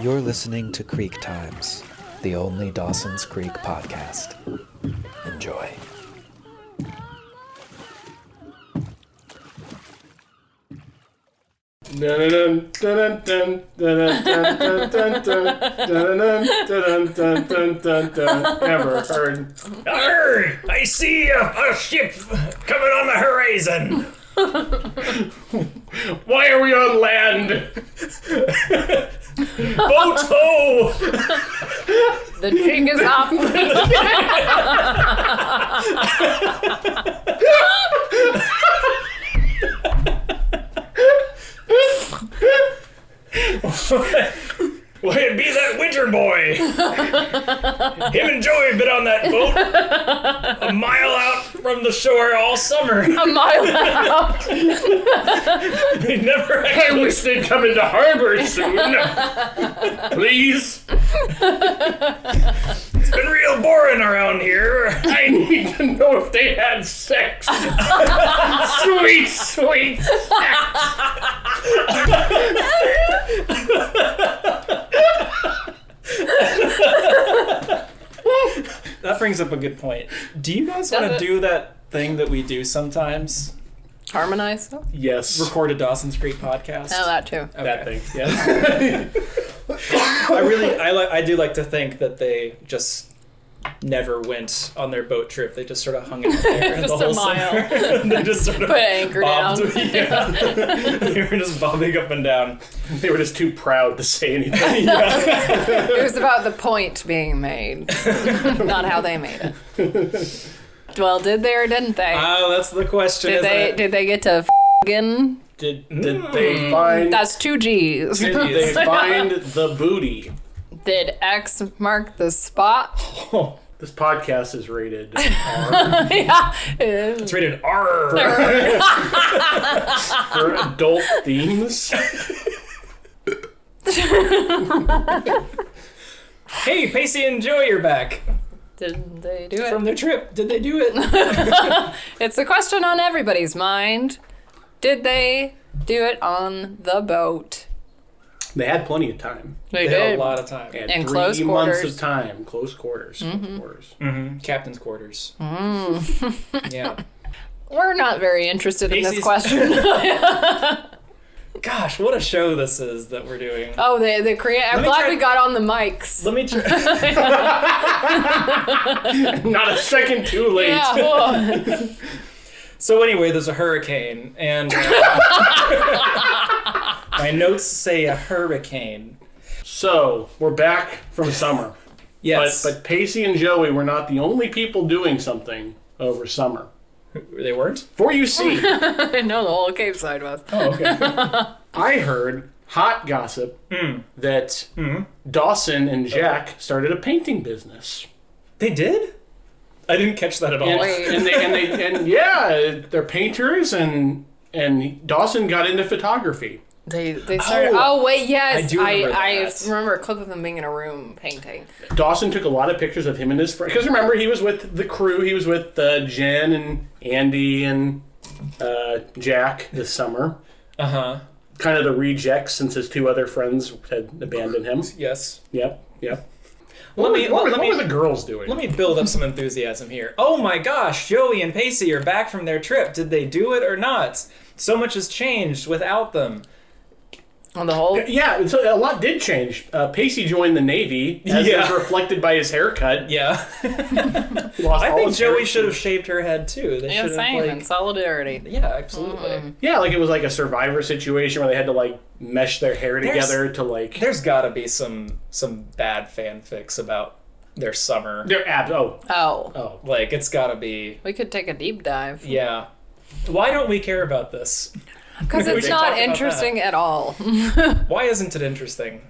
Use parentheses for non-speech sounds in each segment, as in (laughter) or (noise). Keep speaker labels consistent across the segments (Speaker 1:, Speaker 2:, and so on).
Speaker 1: You're listening to Creek Times, the only Dawson's Creek podcast. Enjoy.
Speaker 2: Dun dun dun dun dun dun dun dun dun dun dun dun dun dun Ever heard?
Speaker 3: Arr, I see a, a ship coming on the horizon.
Speaker 2: Why are we on land?
Speaker 3: Boat ho!
Speaker 4: The jig is up. (laughs)
Speaker 3: Will it be that winter boy? Him and Joey have been on that boat a mile out from the shore all summer.
Speaker 4: a mile out.
Speaker 3: They never
Speaker 2: I
Speaker 3: actually.
Speaker 2: wish they'd come into harbor
Speaker 5: (laughs)
Speaker 2: soon. Please,
Speaker 3: It's been real boring around here.
Speaker 2: I need to know if they had
Speaker 5: (laughs)
Speaker 2: sex. Sweet, sweet sex.
Speaker 5: That brings up a good point. Do you guys
Speaker 4: Does
Speaker 5: want to
Speaker 4: it?
Speaker 5: do that thing that we do sometimes?
Speaker 4: Harmonize. Oh,
Speaker 2: Yes,
Speaker 5: Record a Dawson's Creek podcast.
Speaker 4: that too.
Speaker 2: that thing.
Speaker 5: Yeah.
Speaker 2: (laughs)
Speaker 5: I really, I like, I do like to think that they just never went on their boat trip. They just sort of hung out
Speaker 4: (laughs)
Speaker 5: there the
Speaker 4: Just a
Speaker 5: whole
Speaker 4: mile.
Speaker 5: summer. they just sort of
Speaker 4: Put an anchor
Speaker 5: bobbed.
Speaker 4: down.
Speaker 5: Yeah.
Speaker 4: (laughs)
Speaker 5: they were just bobbing up and down.
Speaker 2: They were just too proud to say anything.
Speaker 5: Yeah.
Speaker 4: It was about the point being
Speaker 5: (laughs)
Speaker 4: made, not how they made it. Well, did they or didn't they?
Speaker 5: Ah, that's the question.
Speaker 4: did
Speaker 5: is
Speaker 4: they?
Speaker 5: it?
Speaker 4: Did they get to fing?
Speaker 5: Did,
Speaker 2: Did they find?
Speaker 4: That's two G's.
Speaker 2: Did they find the booty?
Speaker 4: Did X mark the spot? (laughs)
Speaker 2: This podcast is rated.
Speaker 4: yeah. It
Speaker 3: It's rated R.
Speaker 2: for adult themes.
Speaker 5: Hey, Pacey and Joey are back
Speaker 4: Did they do
Speaker 5: from
Speaker 4: it?
Speaker 5: their trip. Did they do it?
Speaker 4: It's a question on everybody's mind. Did they do it on the boat?
Speaker 2: They had plenty of time.
Speaker 4: (laughs) They,
Speaker 5: They had a lot of time.
Speaker 2: They had
Speaker 4: And
Speaker 2: three
Speaker 4: close
Speaker 2: months
Speaker 4: quarters.
Speaker 2: of time, close quarters, quarters.
Speaker 5: Captain's quarters.
Speaker 4: Mm. (laughs)
Speaker 5: yeah.
Speaker 4: We're not very interested in this
Speaker 5: Pacey's-
Speaker 4: question.
Speaker 5: (laughs) Gosh, what a show this is that we're doing.
Speaker 4: Oh, they they create. I'm
Speaker 5: me
Speaker 4: glad
Speaker 5: try-
Speaker 4: we got on the mics.
Speaker 5: Let me try.
Speaker 2: Not a second too late.
Speaker 4: Yeah, whoa.
Speaker 5: so anyway, there's a hurricane, and
Speaker 4: (laughs)
Speaker 5: uh, my notes say a hurricane.
Speaker 2: So we're back from summer,
Speaker 5: Yes,
Speaker 2: but but Pacey and Joey were not the only people doing something over summer.
Speaker 5: they weren't.
Speaker 2: For you see,
Speaker 4: (laughs) I know the whole Cape Side was.
Speaker 5: Oh, okay.
Speaker 2: I heard hot gossip that Dawson and Jack started a painting business,
Speaker 5: they did. I didn't catch that at all.
Speaker 2: and,
Speaker 4: Wait.
Speaker 2: and they and they and yeah, they're painters, and and Dawson got into photography.
Speaker 4: They they started. Oh,
Speaker 5: Oh.
Speaker 4: wait, yes.
Speaker 5: I do remember
Speaker 4: I,
Speaker 5: that.
Speaker 4: I remember a clip of them being in a room painting.
Speaker 2: Dawson took a lot of pictures of him and his friend. Because remember, he was with the crew. He was with uh, Jen and Andy and uh, Jack this summer.
Speaker 5: Uh huh.
Speaker 2: Kind of the rejects since his two other friends had abandoned him.
Speaker 5: Yes.
Speaker 2: Yep, yep.
Speaker 5: Let me.
Speaker 2: What, were-
Speaker 5: Let, let
Speaker 2: what
Speaker 5: me.
Speaker 2: were the girls doing?
Speaker 5: Let me build up some enthusiasm here. Oh my gosh, Joey and Pacey are back from their trip. Did they do it or not? So much has changed without them.
Speaker 4: On the whole,
Speaker 2: yeah, so a lot did change. Uh, Pacey joined the Navy, as
Speaker 5: Yeah.
Speaker 2: is reflected by his haircut.
Speaker 5: Yeah.
Speaker 2: Lost
Speaker 5: I
Speaker 2: all
Speaker 5: think
Speaker 2: his
Speaker 5: Joey
Speaker 2: hair.
Speaker 5: should have shaved her head too. They
Speaker 4: yeah,
Speaker 5: should
Speaker 4: same
Speaker 5: have
Speaker 4: in
Speaker 5: like,
Speaker 4: solidarity.
Speaker 5: yeah, absolutely.
Speaker 2: Yeah, like it was like a survivor situation where they had to like mesh their hair
Speaker 5: There's-
Speaker 2: together to like.
Speaker 5: There's got to be some some bad fanfics about their summer.
Speaker 2: Their abs. Oh,
Speaker 4: Oh,
Speaker 2: oh.
Speaker 5: Like it's got to be
Speaker 4: we could take a deep dive
Speaker 5: yeah. Why don't we care about this?
Speaker 4: because
Speaker 5: (laughs) We
Speaker 4: it's
Speaker 5: should talk
Speaker 4: not
Speaker 5: about
Speaker 4: interesting at all.
Speaker 5: Why isn't it interesting?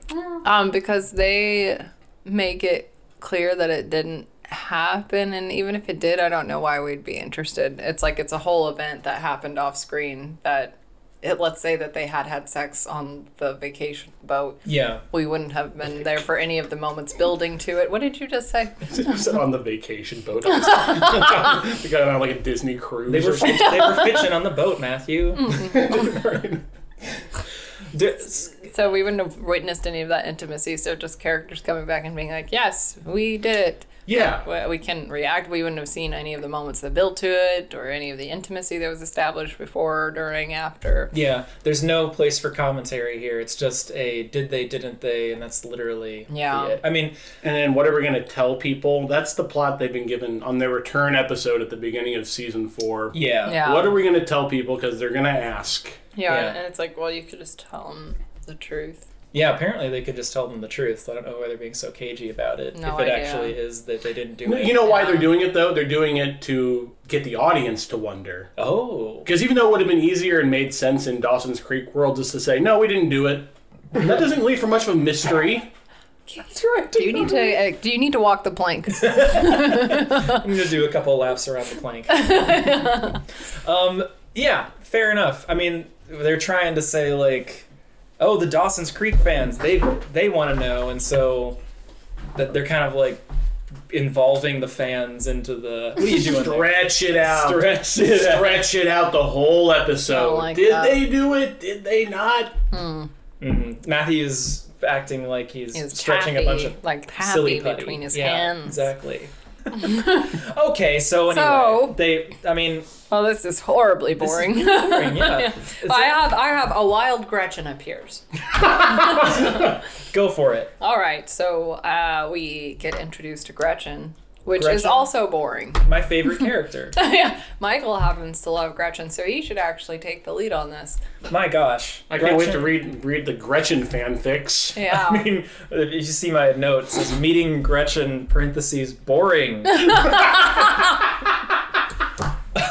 Speaker 4: Um, because they make it clear that it didn't happen, and even if it did, I don't know why we'd be interested. It's like it's a whole event that happened off screen that. It, let's say that they had had sex on the vacation boat.
Speaker 5: Yeah.
Speaker 4: We wouldn't have been there for any of the moments building to it. What did you just say?
Speaker 5: (laughs)
Speaker 2: Just on the vacation boat. we got on like a Disney cruise.
Speaker 5: (laughs) They were
Speaker 2: or something.
Speaker 4: Mm-hmm.
Speaker 5: (laughs) fitch- they were fishing on the boat, Matthew. There's-
Speaker 4: So we wouldn't have witnessed any of that intimacy. So just characters coming back and being like, "Yes, we did it."
Speaker 2: Yeah.
Speaker 4: We- We can react. We wouldn't have seen any of the moments that built to it, or any of the intimacy that was established before, during, after.
Speaker 5: yeah, there's no place for commentary here. It's just a did they, didn't they, and that's literally
Speaker 4: Yeah.
Speaker 5: it. I mean,
Speaker 2: And then what are we going to tell people? That's the plot they've been given on their return episode at the beginning of season four.
Speaker 5: yeah,
Speaker 4: Yeah.
Speaker 2: What are we going to tell people? Because they're going to ask.
Speaker 4: Yeah,
Speaker 5: Yeah.
Speaker 4: and it's like, well, you could just tell them the truth.
Speaker 5: Yeah, Apparently, they could just tell them the truth. I don't know why they're being so cagey about it.
Speaker 4: No
Speaker 5: if it
Speaker 4: idea.
Speaker 5: actually is that they didn't do it.
Speaker 2: You know why they're doing it, though? They're doing it to get the audience to wonder.
Speaker 5: oh,
Speaker 2: Because even though it would have been easier and made sense in Dawson's Creek world just to say, no, we didn't do it, that doesn't leave for much of a mystery.
Speaker 4: (laughs) That's right. Do you need to? Uh, do you need to walk the (laughs) plank?
Speaker 5: I'm gonna do a couple laps around the plank. um, yeah, fair enough. I mean, they're trying to say like, oh, the Dawson's Creek fans, they they want to know, and so that they're kind of like involving the fans into the (laughs) what are you doing? there?
Speaker 2: Stretch it out.
Speaker 5: Stretch it out.
Speaker 2: Stretch it out the whole episode.
Speaker 4: Don't like
Speaker 2: Did
Speaker 4: that.
Speaker 2: they do it? Did they not?
Speaker 5: Mhm. Matthew's acting like he's
Speaker 4: Is
Speaker 5: stretching a bunch of
Speaker 4: like
Speaker 5: silly
Speaker 4: happy
Speaker 5: putty.
Speaker 4: between his
Speaker 5: yeah,
Speaker 4: hands.
Speaker 5: Exactly. okay, so anyway,
Speaker 4: So-
Speaker 5: they. I mean,
Speaker 4: Oh, this is horribly (laughs) boring.
Speaker 5: yeah.
Speaker 4: I have I have a wild Gretchen appears.
Speaker 5: go for it.
Speaker 4: All right, so uh, we get introduced to Gretchen, which is
Speaker 5: Gretchen.
Speaker 4: also boring.
Speaker 5: My favorite character.
Speaker 4: (laughs) yeah, Michael happens to love Gretchen, so he should actually take the lead on this.
Speaker 5: My gosh.
Speaker 2: I can't wait to
Speaker 5: Gretchen-
Speaker 2: read read the Gretchen fanfics.
Speaker 4: Yeah.
Speaker 5: (laughs) I mean, if you see my notes, it's meeting Gretchen
Speaker 2: (laughs)
Speaker 5: parentheses boring.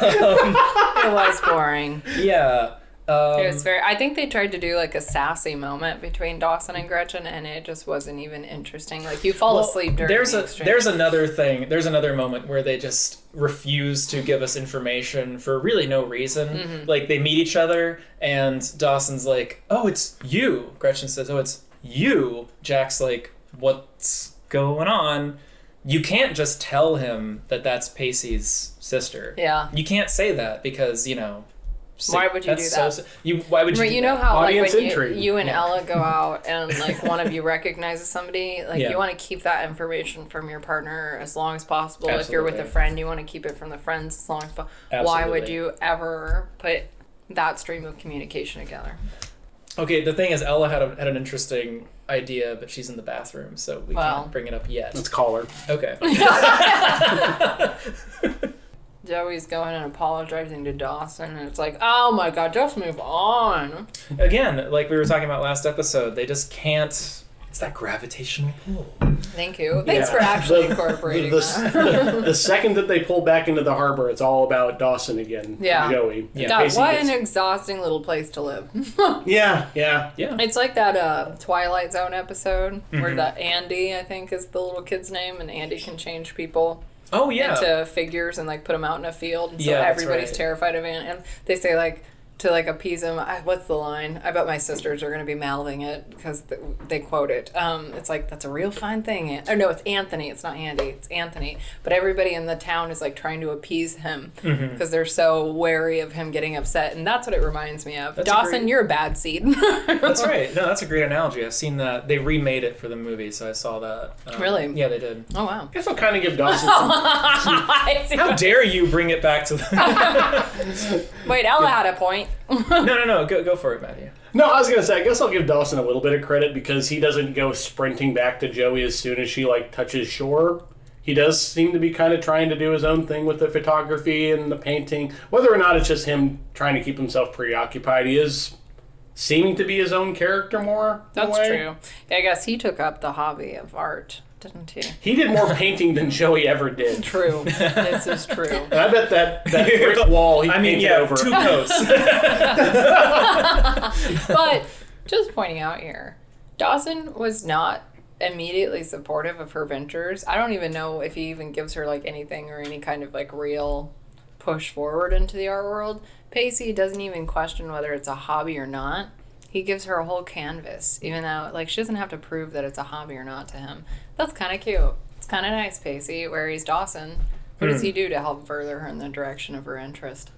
Speaker 4: it was boring.
Speaker 5: yeah.
Speaker 4: It
Speaker 5: Um,
Speaker 4: was very. I think they tried to do like a sassy moment between Dawson and Gretchen, and it just wasn't even interesting. Like you fall
Speaker 5: well,
Speaker 4: asleep during
Speaker 5: there's
Speaker 4: the
Speaker 5: a
Speaker 4: exchange.
Speaker 5: there's another thing. There's another moment where they just refuse to give us information for really no reason.
Speaker 4: Mm-hmm.
Speaker 5: Like they meet each other and Dawson's like, "Oh, it's you." Gretchen says, "Oh, it's you." Jack's like, "What's going on?" You can't just tell him that that's Pacey's sister.
Speaker 4: yeah.
Speaker 5: You can't say that because you know. si-
Speaker 4: Why would you do
Speaker 5: that's so
Speaker 4: that?
Speaker 5: si- you why would you?
Speaker 4: Right,
Speaker 5: do
Speaker 4: you
Speaker 5: that?
Speaker 4: know how like
Speaker 2: Audience
Speaker 4: when you,
Speaker 2: intrigue.
Speaker 4: you and
Speaker 5: Yeah.
Speaker 4: Ella
Speaker 5: (laughs)
Speaker 4: go out and like one of you recognizes somebody, like
Speaker 5: Yeah.
Speaker 4: you want to keep that information from your partner as long as possible. If you're with a
Speaker 5: Absolutely.
Speaker 4: friend, you want to keep it from the friends as long as possible. Why would
Speaker 5: Absolutely.
Speaker 4: you ever put that stream of communication together?
Speaker 5: Okay, the thing is, Ella had, a, had an interesting idea, but she's in the bathroom, so we
Speaker 4: Well.
Speaker 5: can't bring it up yet.
Speaker 2: Let's call her.
Speaker 5: Okay. (laughs)
Speaker 4: Joey's going and apologizing to Dawson, and it's like, oh my god, just move on.
Speaker 5: Again, like we were talking about last episode, they just can't. It's that gravitational pull.
Speaker 4: Thank you. Thanks
Speaker 2: Yeah.
Speaker 4: for actually
Speaker 2: The-
Speaker 4: incorporating
Speaker 2: the,
Speaker 4: that.
Speaker 2: the, the second that they pull back into the harbor, it's all about Dawson again.
Speaker 4: Yeah.
Speaker 2: Joey.
Speaker 5: Yeah.
Speaker 4: God,
Speaker 2: Casey
Speaker 4: what
Speaker 2: gets-
Speaker 4: an exhausting little place to live. (laughs)
Speaker 2: yeah, yeah.
Speaker 5: Yeah.
Speaker 4: It's like that uh, Twilight Zone episode
Speaker 2: Mm-hmm.
Speaker 4: where the Andy, I think, is the little kid's name, and Andy can change people
Speaker 5: Oh yeah.
Speaker 4: into figures and like put them out in a field, and so
Speaker 5: Yeah, that's
Speaker 4: everybody's
Speaker 5: right.
Speaker 4: terrified of Andy. And they say like to like appease him. I, what's the line? I bet my sisters are gonna be mouthing it because th- they quote it. Um, it's like that's a real fine thing. An- Oh no, it's Anthony. It's not Andy. It's Anthony. But everybody in the town is like trying to appease him because
Speaker 5: Mm-hmm.
Speaker 4: they're so wary of him getting upset, and that's what it reminds me of.
Speaker 5: That's a
Speaker 4: Dawson,
Speaker 5: great-
Speaker 4: you're a bad seed.
Speaker 5: (laughs)
Speaker 4: (laughs)
Speaker 5: that's right. No, that's a great analogy. I've seen that. They remade it for the movie, so I saw that. Um,
Speaker 4: Really?
Speaker 5: Yeah, they did.
Speaker 4: Oh (laughs) wow.
Speaker 2: I guess I'll kind of give Dawson some.
Speaker 5: How dare you bring it back to
Speaker 4: (laughs)
Speaker 5: the? (laughs)
Speaker 4: Wait, Ella had a point.
Speaker 5: no, no, no. Go, go for it, Matthew.
Speaker 2: No, I was gonna say. I guess I'll give Dawson a little bit of credit because he doesn't go sprinting back to Joey as soon as she like touches shore. He does seem to be kind of trying to do his own thing with the photography and the painting. Whether or not it's just him trying to keep himself preoccupied, he is seeming to be his own character more. in a
Speaker 4: That's
Speaker 2: way.
Speaker 4: true. I guess he took up the hobby of art, didn't he?
Speaker 2: He did more painting than Joey ever did.
Speaker 4: True. this is true.
Speaker 2: And I bet that
Speaker 5: (laughs)
Speaker 2: that brick wall he
Speaker 5: I mean,
Speaker 2: painted
Speaker 5: yeah,
Speaker 2: over. (laughs)
Speaker 5: two coats.
Speaker 4: But just pointing out here, Dawson was not immediately supportive of her ventures. I don't even know if he even gives her like anything or any kind of like real push forward into the art world. Pacey doesn't even question whether it's a hobby or not. He gives her a whole canvas, even though like she doesn't have to prove that it's a hobby or not to him. That's kind of cute. It's kind of nice, Pacey. Where he's Dawson, what does he do to help further her in the direction of her interest?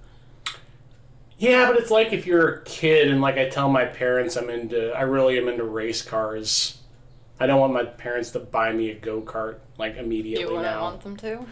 Speaker 2: Yeah, but it's like if you're a kid and like I tell my parents I'm into I really am into race cars. I don't want my parents to buy me a go kart like
Speaker 4: You
Speaker 2: immediately
Speaker 4: wouldn't
Speaker 2: now.
Speaker 4: want them to?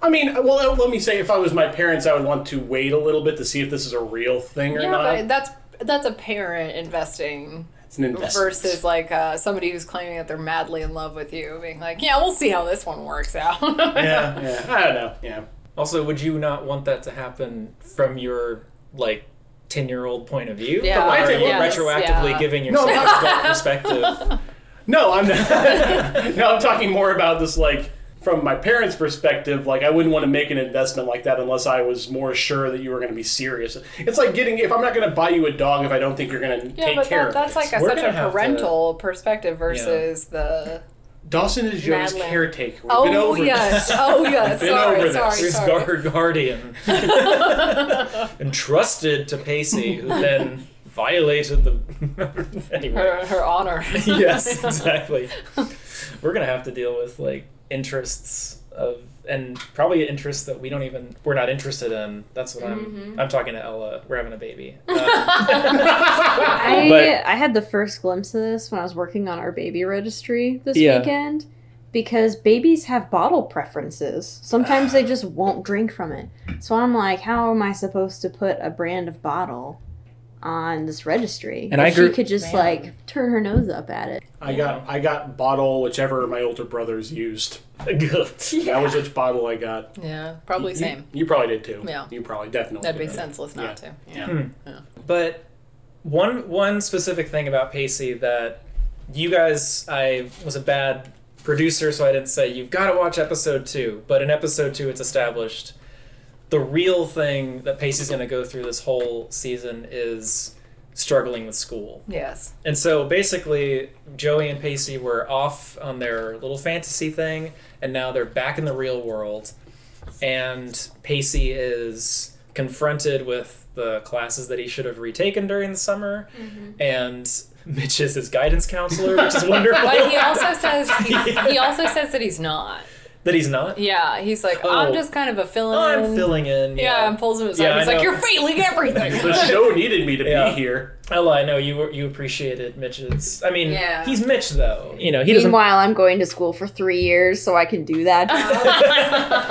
Speaker 2: I mean, uh, well, let me say, if I was my parents, I would want to wait a little bit to see if this is a real thing or
Speaker 4: Yeah,
Speaker 2: not.
Speaker 4: but that's that's a parent investing
Speaker 2: it's an investment.
Speaker 4: versus like uh, somebody who's claiming that they're madly in love with you, being like, "Yeah, we'll see how this one works out." (laughs)
Speaker 2: yeah, yeah, I don't know. Yeah,
Speaker 5: Also, would you not want that to happen from your like ten year old point of view?
Speaker 4: Yeah.
Speaker 5: Or are you
Speaker 4: Yes,
Speaker 5: retroactively
Speaker 4: yeah.
Speaker 5: giving
Speaker 2: No,
Speaker 5: yourself that
Speaker 4: (laughs)
Speaker 5: perspective.
Speaker 2: no, I'm not. (laughs) no, I'm talking more about this like from my parents' perspective. Like, I wouldn't want to make an investment like that unless I was more sure that you were going to be serious. It's like getting if I'm not going to buy you a dog if I don't think you're going to
Speaker 4: yeah,
Speaker 2: take
Speaker 4: but
Speaker 2: care
Speaker 4: that,
Speaker 2: of
Speaker 4: that's
Speaker 2: it.
Speaker 4: like a,
Speaker 5: We're
Speaker 4: such
Speaker 5: gonna
Speaker 4: a
Speaker 5: have to-
Speaker 4: parental perspective versus the
Speaker 2: Dawson is Joe's
Speaker 4: Madeline.
Speaker 2: caretaker. We've been
Speaker 4: oh
Speaker 2: over
Speaker 4: yes,
Speaker 2: this.
Speaker 4: oh yes.
Speaker 2: Been over
Speaker 4: sorry,
Speaker 2: this.
Speaker 4: sorry,
Speaker 5: Who's
Speaker 4: sorry.
Speaker 5: guard guardian? Entrusted to Pacey, who then violated the (laughs)
Speaker 4: (laughs)
Speaker 5: anyway.
Speaker 4: Her,
Speaker 2: (laughs)
Speaker 4: her honor.
Speaker 5: yes, exactly. We're gonna have to deal with like interests of and probably interests that we don't even we're not interested in. That's what
Speaker 4: Mm-hmm.
Speaker 5: I'm I'm talking to Ella. We're having a baby.
Speaker 4: (laughs)
Speaker 5: Uh,
Speaker 6: I
Speaker 5: But-
Speaker 6: I had the first glimpse of this when I was working on our baby registry this
Speaker 5: Yeah.
Speaker 6: weekend because babies have bottle preferences. Sometimes they
Speaker 5: (sighs)
Speaker 6: just won't drink from it. So I'm like, how am I supposed to put a brand of bottle on this registry?
Speaker 5: And
Speaker 6: If
Speaker 5: I grew-
Speaker 6: she could just like turn her nose up at it.
Speaker 2: (laughs) I got I got bottle whichever my older brothers used. (laughs) That was which bottle I got.
Speaker 4: yeah, probably
Speaker 2: You-
Speaker 4: same.
Speaker 2: You probably did too.
Speaker 4: Yeah.
Speaker 2: You probably definitely.
Speaker 4: That'd be
Speaker 2: did.
Speaker 4: senseless not to. Yeah.
Speaker 5: But one one specific thing about Pacey that you guys, I was a bad producer, so I didn't say you've got to watch episode two. But in episode two, it's established the real thing that Pacey's going to go through this whole season is struggling with school.
Speaker 4: Yes.
Speaker 5: And so basically, Joey and Pacey were off on their little fantasy thing, and now they're back in the real world. And Pacey is confronted with the classes that he should have retaken during the summer,
Speaker 4: Mm-hmm.
Speaker 5: and (laughs) Mitch is his guidance counselor,
Speaker 4: (laughs)
Speaker 5: which is wonderful.
Speaker 4: But he also
Speaker 2: (laughs)
Speaker 4: says he's,
Speaker 5: Yeah.
Speaker 4: he also says that he's not.
Speaker 5: that he's not.
Speaker 4: Yeah, he's like,
Speaker 5: Oh.
Speaker 4: I'm just kind of a fill
Speaker 5: Oh, I'm filling in.
Speaker 4: Um, Yeah,
Speaker 5: Yeah.
Speaker 4: and pulls him aside.
Speaker 5: Yeah, I
Speaker 4: he's like,
Speaker 5: know.
Speaker 4: "You're failing everything." (laughs)
Speaker 2: The show needed me to
Speaker 5: Yeah.
Speaker 2: be here.
Speaker 5: Ella, I know you were, you appreciated Mitch's. I mean,
Speaker 4: Yeah.
Speaker 5: he's Mitch though. You know, he doesn't.
Speaker 6: Meanwhile, I'm going to school for three years so I can do (laughs) that.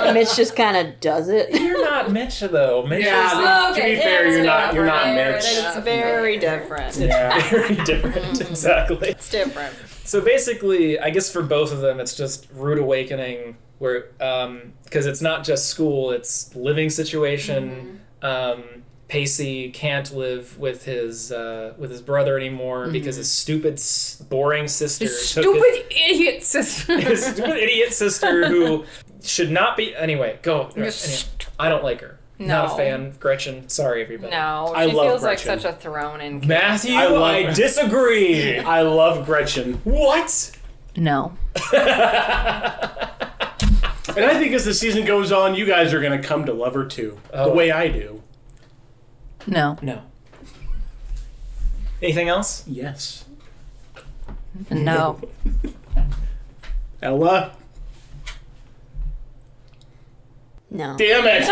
Speaker 4: (laughs)
Speaker 5: (laughs)
Speaker 6: and Mitch just kind of does it.
Speaker 5: You're not Mitch though. Mitch is
Speaker 4: Oh, okay,
Speaker 2: to be fair,
Speaker 4: it's
Speaker 2: you're not you're not
Speaker 4: different.
Speaker 2: Mitch. Mm-hmm.
Speaker 4: It's very different.
Speaker 5: It's (laughs)
Speaker 2: (laughs)
Speaker 5: very different. Exactly.
Speaker 4: It's different.
Speaker 5: So basically, I guess for both of them, it's just rude awakening where um because it's not just school, it's living situation.
Speaker 2: Mm-hmm.
Speaker 5: Um, Pacey can't live with his uh, with his brother anymore because
Speaker 2: Mm-hmm.
Speaker 5: his stupid, s- boring sister
Speaker 4: His
Speaker 5: took his-
Speaker 4: stupid
Speaker 2: (laughs)
Speaker 4: idiot sister. (laughs)
Speaker 5: his stupid idiot sister who should not be anyway go anyway, i don't like her not
Speaker 4: No.
Speaker 5: a fan gretchen sorry everybody
Speaker 4: no,
Speaker 2: I
Speaker 4: she
Speaker 2: love
Speaker 4: feels like
Speaker 2: Gretchen.
Speaker 4: such a thrown in. kid.
Speaker 5: matthew
Speaker 2: I love
Speaker 5: I
Speaker 2: her.
Speaker 4: (laughs)
Speaker 5: disagree
Speaker 2: I love Gretchen,
Speaker 5: what
Speaker 4: No.
Speaker 2: and I think as the season goes on, you guys are gonna come to love her too,
Speaker 5: Oh.
Speaker 2: the way I do.
Speaker 4: No.
Speaker 5: No. Anything else?
Speaker 2: Yes, (laughs)
Speaker 4: No.
Speaker 2: Ella.
Speaker 6: (laughs) No.
Speaker 2: Damn
Speaker 4: (laughs)
Speaker 2: it!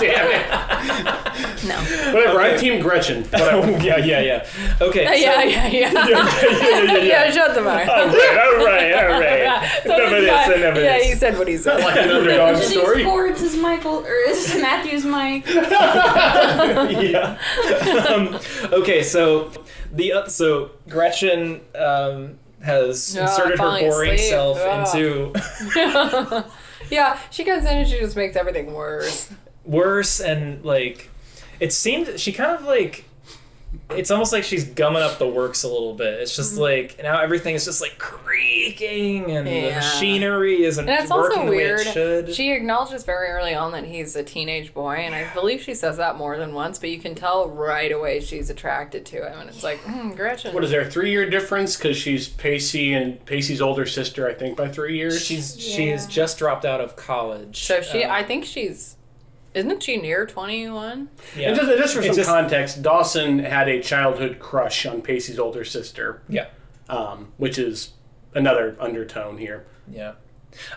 Speaker 2: Damn
Speaker 4: No.
Speaker 2: it! Whatever. I'm Team Gretchen. (laughs) Whatever.
Speaker 5: yeah, yeah, yeah. Okay.
Speaker 4: (laughs)
Speaker 5: so-
Speaker 4: (laughs) yeah, yeah, yeah.
Speaker 2: yeah,
Speaker 4: (laughs) yeah, shut the
Speaker 2: (laughs)
Speaker 4: mouth.
Speaker 2: All right, all right, all right.
Speaker 4: (laughs) So
Speaker 2: Enough of
Speaker 4: this
Speaker 2: this,
Speaker 4: guy-
Speaker 2: enough of
Speaker 4: yeah,
Speaker 2: this.
Speaker 4: he said what he said.
Speaker 2: Like an underdog story.
Speaker 6: Sports is Michael or is Matthew's Mike?
Speaker 5: yeah. (laughs) Um, okay, so the uh, so Gretchen um, has
Speaker 4: Oh,
Speaker 5: inserted her
Speaker 4: falling
Speaker 5: boring
Speaker 4: asleep.
Speaker 5: self
Speaker 4: Ugh. (laughs)
Speaker 5: into
Speaker 4: yeah, she comes in and she just makes everything worse.
Speaker 5: worse and like it seemed she kind of like it's almost like she's gumming up the works a little bit. It's
Speaker 4: Mm-hmm.
Speaker 5: just like now everything is just like creaking and the
Speaker 4: Yeah.
Speaker 5: machinery isn't
Speaker 4: And it's
Speaker 5: working
Speaker 4: also
Speaker 5: the
Speaker 4: weird.
Speaker 5: way it should.
Speaker 4: She acknowledges very early on that he's a teenage boy, and I believe she says that more than once, but you can tell right away she's attracted to him, and it's like, hmm, Gretchen.
Speaker 2: What is there? Three year difference because she's Pacey and Pacey's older sister, I think, by three years.
Speaker 5: She's she has just dropped out of college.
Speaker 4: so she,
Speaker 5: Um,
Speaker 4: I think she's, isn't she near 21?
Speaker 5: yeah.
Speaker 2: And just, just for
Speaker 5: It
Speaker 2: some
Speaker 5: just-
Speaker 2: context, Dawson had a childhood crush on Pacey's older sister,
Speaker 5: yeah,
Speaker 2: um, which is another undertone here.
Speaker 5: yeah.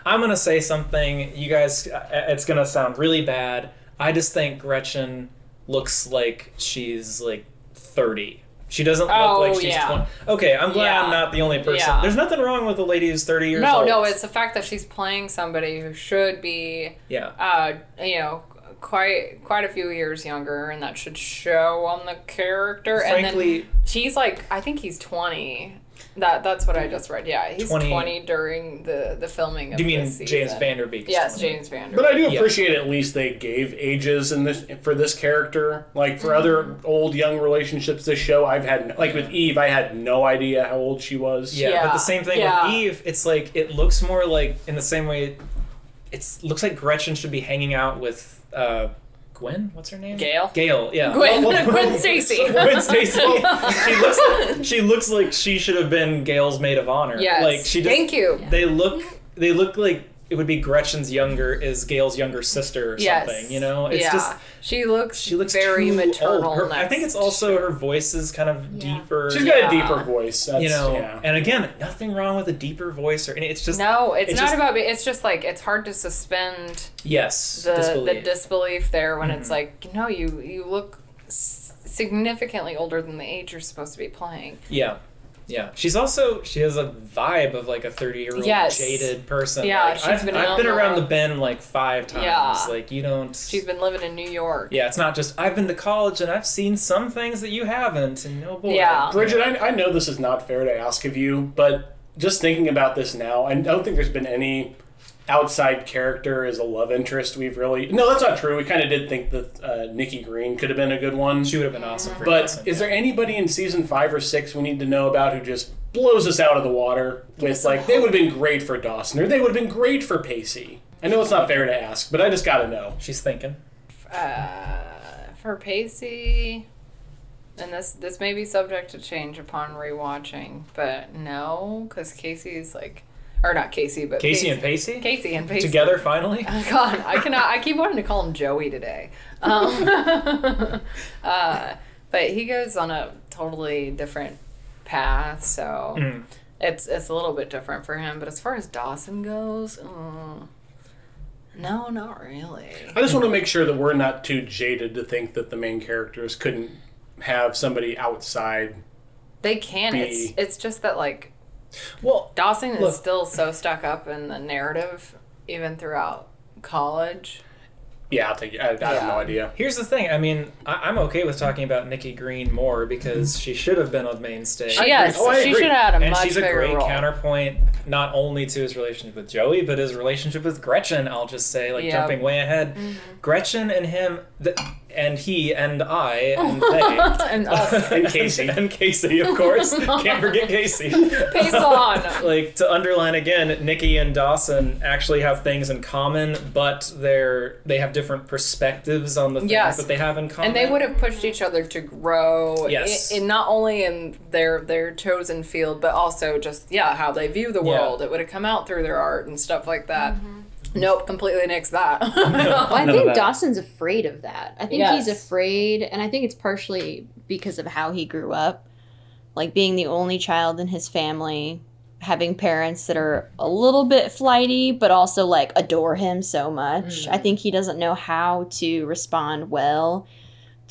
Speaker 5: I'm gonna uh, say something. You guys, I- it's gonna sound really bad. I just think Gretchen looks like she's like 30. She doesn't
Speaker 4: Oh,
Speaker 5: look like she's
Speaker 4: yeah.
Speaker 5: 20. Okay, I'm glad
Speaker 4: Yeah.
Speaker 5: I'm not the only person.
Speaker 4: Yeah.
Speaker 5: There's nothing wrong with a lady who's 30 years
Speaker 4: No,
Speaker 5: old.
Speaker 4: no, it's the fact that she's playing somebody who should be,
Speaker 5: Yeah.
Speaker 4: uh, you know, quite quite a few years younger, and that should show on the character. and
Speaker 5: Frankly-
Speaker 4: then she's like, I think he's twenty. That that's what I just read. Yeah, he's
Speaker 5: 20.
Speaker 4: twenty, during the the filming. Of
Speaker 5: Do you mean
Speaker 4: this season.
Speaker 5: James Vanderbeek? is
Speaker 4: Yes,
Speaker 5: 20?
Speaker 4: James Vander.
Speaker 2: But I do
Speaker 5: Yeah.
Speaker 2: appreciate at least they gave ages in this for this character. Like for other old young relationships, this show I've had like with Eve, I had no idea how old she was.
Speaker 5: Yeah, but
Speaker 4: Yeah,
Speaker 5: the same thing
Speaker 4: yeah.
Speaker 5: with Eve, it's like it looks more like in the same way it looks like Gretchen should be hanging out with uh Gwen, what's her name?
Speaker 4: Gail?
Speaker 5: Gail, yeah.
Speaker 4: Gwen,
Speaker 2: Well, well,
Speaker 4: (laughs)
Speaker 5: (laughs)
Speaker 4: Gwen Stacy.
Speaker 5: Gwen
Speaker 4: (laughs)
Speaker 5: Stacy. she looks like, she looks like she should have been Gail's maid of honor.
Speaker 4: Yes.
Speaker 5: Like she just,
Speaker 4: Thank you.
Speaker 5: They look they look like it would be Gretchen's younger is Gail's younger sister or
Speaker 4: Yes.
Speaker 5: something, you know? It's
Speaker 4: yeah.
Speaker 5: just
Speaker 4: she looks
Speaker 5: she looks
Speaker 4: very
Speaker 5: too old.
Speaker 4: maternal.
Speaker 5: Her- I think it's
Speaker 4: next.
Speaker 5: also her voice is kind of
Speaker 7: Yeah.
Speaker 5: deeper.
Speaker 2: she's got a
Speaker 4: Yeah.
Speaker 2: deeper voice. That's,
Speaker 5: you know
Speaker 2: yeah.
Speaker 5: and again nothing wrong with a deeper voice or any it's just
Speaker 4: no. It's,
Speaker 5: it's
Speaker 4: not
Speaker 5: just-
Speaker 4: about about. be- It's just like it's hard to suspend
Speaker 5: yes
Speaker 4: the the
Speaker 5: disbelief. Mm-hmm.
Speaker 4: disbelief there when it's like no, you you look s- significantly older than the age you're supposed to be playing.
Speaker 5: yeah yeah she's also she has a vibe of like a 30 year old
Speaker 4: Yes.
Speaker 5: jaded person
Speaker 4: Yeah,
Speaker 5: like,
Speaker 4: she's
Speaker 5: I've,
Speaker 4: been
Speaker 5: I've
Speaker 4: around
Speaker 5: been
Speaker 4: a
Speaker 5: around
Speaker 4: lot.
Speaker 5: the bend like five times
Speaker 4: Yeah.
Speaker 5: like you don't
Speaker 4: She's been living in New York.
Speaker 5: yeah it's not just i've been to college and i've seen some things that you haven't and no boy
Speaker 4: Yeah.
Speaker 2: Bridget, I, I know this is not fair to ask of you, but just thinking about this now, I don't think there's been any outside character as a love interest we've really. No, that's not true. We kind of did think that uh, Nikki Green could have been a good one.
Speaker 5: she would have been awesome for
Speaker 2: But
Speaker 5: Jason.
Speaker 2: is there anybody in season five or six we need to know about who just blows us out of the water with like they would have been great for Dawson or they would have been great for Pacey? I know it's not fair to ask, but I just gotta know.
Speaker 5: she's thinking
Speaker 4: Uh, for Pacey, and this this may be subject to change upon rewatching, but no, because Casey's like, or not Casey, but
Speaker 5: casey and pacey
Speaker 4: Casey and Pacey
Speaker 5: together finally
Speaker 4: Oh, God, I cannot. I keep wanting to call him Joey today. Um, (laughs) uh, but he goes on a totally different path, so
Speaker 5: Mm.
Speaker 4: it's it's a little bit different for him. But as far as Dawson goes, mm, no, not really.
Speaker 2: I just want to make sure that we're not too jaded to think that the main characters couldn't have somebody outside
Speaker 4: They can. It's
Speaker 2: Be-
Speaker 4: it's just that like
Speaker 5: well
Speaker 4: Dawson is
Speaker 5: Look.
Speaker 4: still so stuck up in the narrative, even throughout college. (laughs)
Speaker 2: Yeah, I'll take it. I, I have no
Speaker 4: Yeah.
Speaker 2: idea.
Speaker 5: Here's the thing. I mean, I- I'm okay with talking about Nikki Green more because she should have been a mainstay.
Speaker 4: She, yes,
Speaker 2: Oh, I
Speaker 4: she
Speaker 2: agree.
Speaker 4: should have had a
Speaker 5: and
Speaker 4: much
Speaker 5: she's a
Speaker 4: bigger
Speaker 5: great
Speaker 4: role.
Speaker 5: counterpoint, not only to his relationship with Joey, but his relationship with Gretchen. I'll just say, like
Speaker 4: Yeah.
Speaker 5: jumping way ahead, Gretchen and him, th- and he
Speaker 4: (laughs)
Speaker 5: and I and
Speaker 4: Oh
Speaker 5: they.
Speaker 4: and us.
Speaker 2: And Casey.
Speaker 5: (laughs) and Casey, of
Speaker 4: (laughs)
Speaker 5: course. Can't forget Casey.
Speaker 4: Peace on.
Speaker 5: like to underline again, Nikki and Dawson actually have things in common, but they're they have different perspectives on the things
Speaker 4: Yes.
Speaker 5: that they have in common.
Speaker 4: and they would have pushed each other to grow
Speaker 5: Yes.
Speaker 4: i- in, not only in their their chosen field but also just yeah how they view the
Speaker 5: Yeah.
Speaker 4: world it would have come out through their art and stuff like that nope completely nix
Speaker 5: (laughs)
Speaker 4: that
Speaker 6: Well, I
Speaker 5: None of
Speaker 6: think
Speaker 5: that.
Speaker 6: Dawson's afraid of that. I think
Speaker 4: Yes.
Speaker 6: he's afraid, and I think it's partially because of how he grew up, like being the only child in his family, having parents that are a little bit flighty, but also like adore him so much.
Speaker 4: Mm.
Speaker 6: I think he doesn't know how to respond well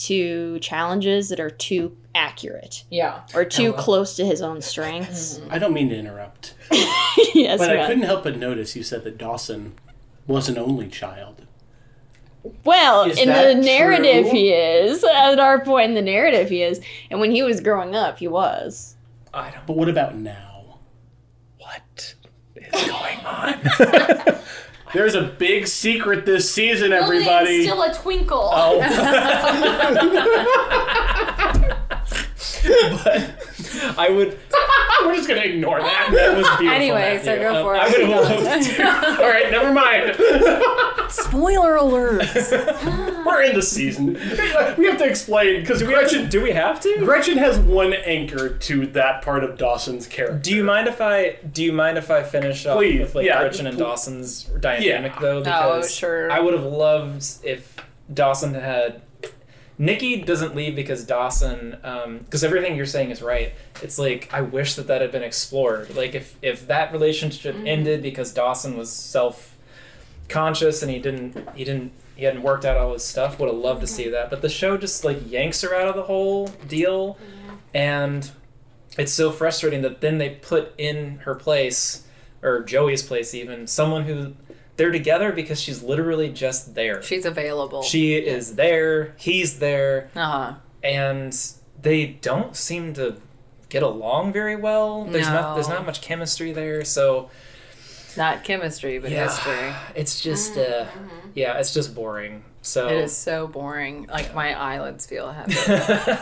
Speaker 6: to challenges that are too accurate
Speaker 4: yeah Oh, Mm.
Speaker 6: or too
Speaker 5: well.
Speaker 6: close to his own strengths.
Speaker 2: I don't mean to interrupt,
Speaker 6: (laughs) yes,
Speaker 2: but I
Speaker 6: ma'am.
Speaker 2: couldn't help but notice you said that Dawson was an only child.
Speaker 6: Well,
Speaker 2: Is
Speaker 6: in
Speaker 2: that
Speaker 6: the narrative,
Speaker 2: true?
Speaker 6: he is. At our point in the narrative, he is. And when he was growing up, he was.
Speaker 5: I don't.
Speaker 2: But what about now?
Speaker 5: What is going on?
Speaker 2: (laughs) There's a big secret this season, everybody.
Speaker 7: Still a twinkle.
Speaker 4: Oh,
Speaker 5: I
Speaker 4: (laughs)
Speaker 5: would.
Speaker 2: (laughs) We're just gonna ignore that. That was beautiful.
Speaker 4: anyway so
Speaker 2: (laughs)
Speaker 5: Matthew.
Speaker 4: go
Speaker 5: Um,
Speaker 4: for
Speaker 5: I
Speaker 4: it (laughs)
Speaker 5: would have loved
Speaker 2: All right, never mind. (laughs)
Speaker 4: spoiler alert
Speaker 2: We're in the season. (laughs) We have to explain because
Speaker 5: Gretchen,
Speaker 2: Gretchen.
Speaker 5: do we have to?
Speaker 2: Gretchen has one anchor to that part of Dawson's character.
Speaker 5: Do you mind if I do you mind if I finish off
Speaker 2: Please,
Speaker 5: with like
Speaker 2: yeah,
Speaker 5: Gretchen and
Speaker 2: pl-
Speaker 5: Dawson's dynamic
Speaker 2: Yeah.
Speaker 5: though?
Speaker 4: Oh,
Speaker 5: Because
Speaker 4: sure.
Speaker 5: I would have loved if Dawson had Nikki doesn't leave because Dawson because everything you're saying is right. It's like I wish that that had been explored. Like if if that relationship ended because Dawson was self conscious and he didn't he didn't he hadn't worked out all his stuff. Would have loved to see that, but the show just like yanks her out of the whole deal, and it's so frustrating that then they put in her place or Joey's place even someone who they're together because she's literally just there.
Speaker 4: She's available.
Speaker 5: She is there. He's there
Speaker 4: uh huh.
Speaker 5: and they don't seem to get along very well. There's not there's
Speaker 4: No.
Speaker 5: not much chemistry there, so
Speaker 4: Not chemistry, but
Speaker 5: Yeah.
Speaker 4: history.
Speaker 5: it's just uh yeah, it's just boring. So
Speaker 4: It is so boring. Like my eyelids feel heavy.
Speaker 5: (laughs)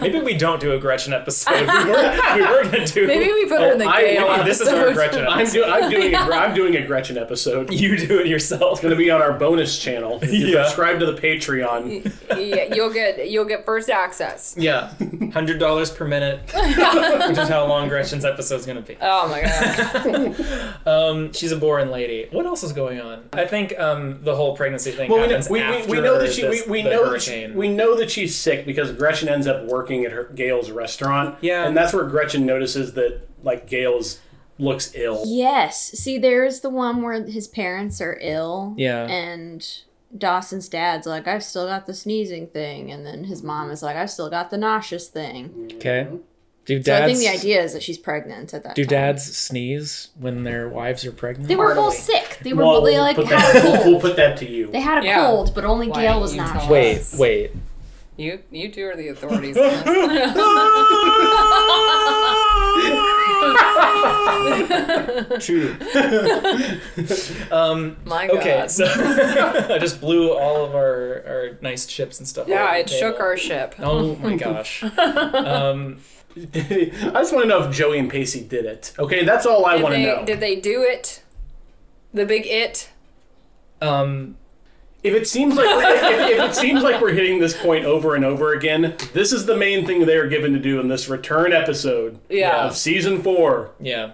Speaker 5: maybe we don't do a Gretchen episode. We were, we were gonna do
Speaker 4: Maybe we put
Speaker 5: Oh,
Speaker 4: her in the
Speaker 5: I-
Speaker 4: Gale
Speaker 2: Ah,
Speaker 5: maybe this is our
Speaker 4: episode.
Speaker 5: Gretchen
Speaker 2: I'm,
Speaker 5: episode.
Speaker 2: do, I'm doing a, I'm doing a Gretchen episode. It's
Speaker 5: You do it yourself.
Speaker 2: gonna be on our bonus channel. If you
Speaker 5: Yeah.
Speaker 2: subscribe to the Patreon.
Speaker 4: yeah, you'll get you'll get first access.
Speaker 5: Yeah. Hundred dollars per minute. which is how long Gretchen's episode's gonna be.
Speaker 4: Oh my god.
Speaker 5: Um, she's a boring lady. What else is going on? I think um, the whole pregnancy thing
Speaker 2: Well, we,
Speaker 5: happens
Speaker 2: we, we,
Speaker 5: after
Speaker 2: we know that she
Speaker 5: this-
Speaker 2: we, we
Speaker 5: the
Speaker 2: know that she,
Speaker 5: hurricane.
Speaker 2: we know that she's sick because Gretchen ends up working at her Gail's restaurant.
Speaker 5: Yeah.
Speaker 2: and that's where Gretchen notices that like Gail's looks ill.
Speaker 6: Yes. See, there's the one where his parents are ill.
Speaker 5: Yeah.
Speaker 6: And Dawson's dad's like, I've still got the sneezing thing. And then his mom is like, I've still got the nauseous thing.
Speaker 5: Okay. Do
Speaker 6: So
Speaker 5: dads
Speaker 6: I think the idea is that she's pregnant at that
Speaker 5: do
Speaker 6: time.
Speaker 5: dads sneeze when their wives are pregnant?
Speaker 6: They were both
Speaker 4: Hardly.
Speaker 6: sick. They were
Speaker 2: Well,
Speaker 6: they
Speaker 2: we'll
Speaker 6: like
Speaker 2: put
Speaker 6: had a
Speaker 2: that, we'll, we'll
Speaker 6: cold.
Speaker 2: put that to you.
Speaker 6: They had a
Speaker 4: Yeah.
Speaker 6: cold, but only
Speaker 4: Why
Speaker 6: Gail
Speaker 4: don't
Speaker 6: was
Speaker 4: you
Speaker 6: nauseous. (laughs)
Speaker 4: tell
Speaker 5: Wait, wait.
Speaker 4: You you two are the authorities. on this.
Speaker 2: (laughs)
Speaker 5: True. um
Speaker 4: my god.
Speaker 5: (laughs) okay, so I just blew all of our, our nice chips and stuff. all
Speaker 4: yeah,
Speaker 5: over
Speaker 4: it
Speaker 5: the table.
Speaker 4: shook our ship. (laughs)
Speaker 5: Oh my gosh. Um
Speaker 2: (laughs) I just want to know if Joey and Pacey did it. Okay, that's all I
Speaker 4: Did
Speaker 2: want to
Speaker 4: they,
Speaker 2: know.
Speaker 4: did they do it? The big it.
Speaker 5: um
Speaker 2: If it seems like if, if- if it seems like we're hitting this point over and over again, this is the main thing they are given to do in this return episode
Speaker 4: Yeah.
Speaker 2: of season four.
Speaker 5: yeah.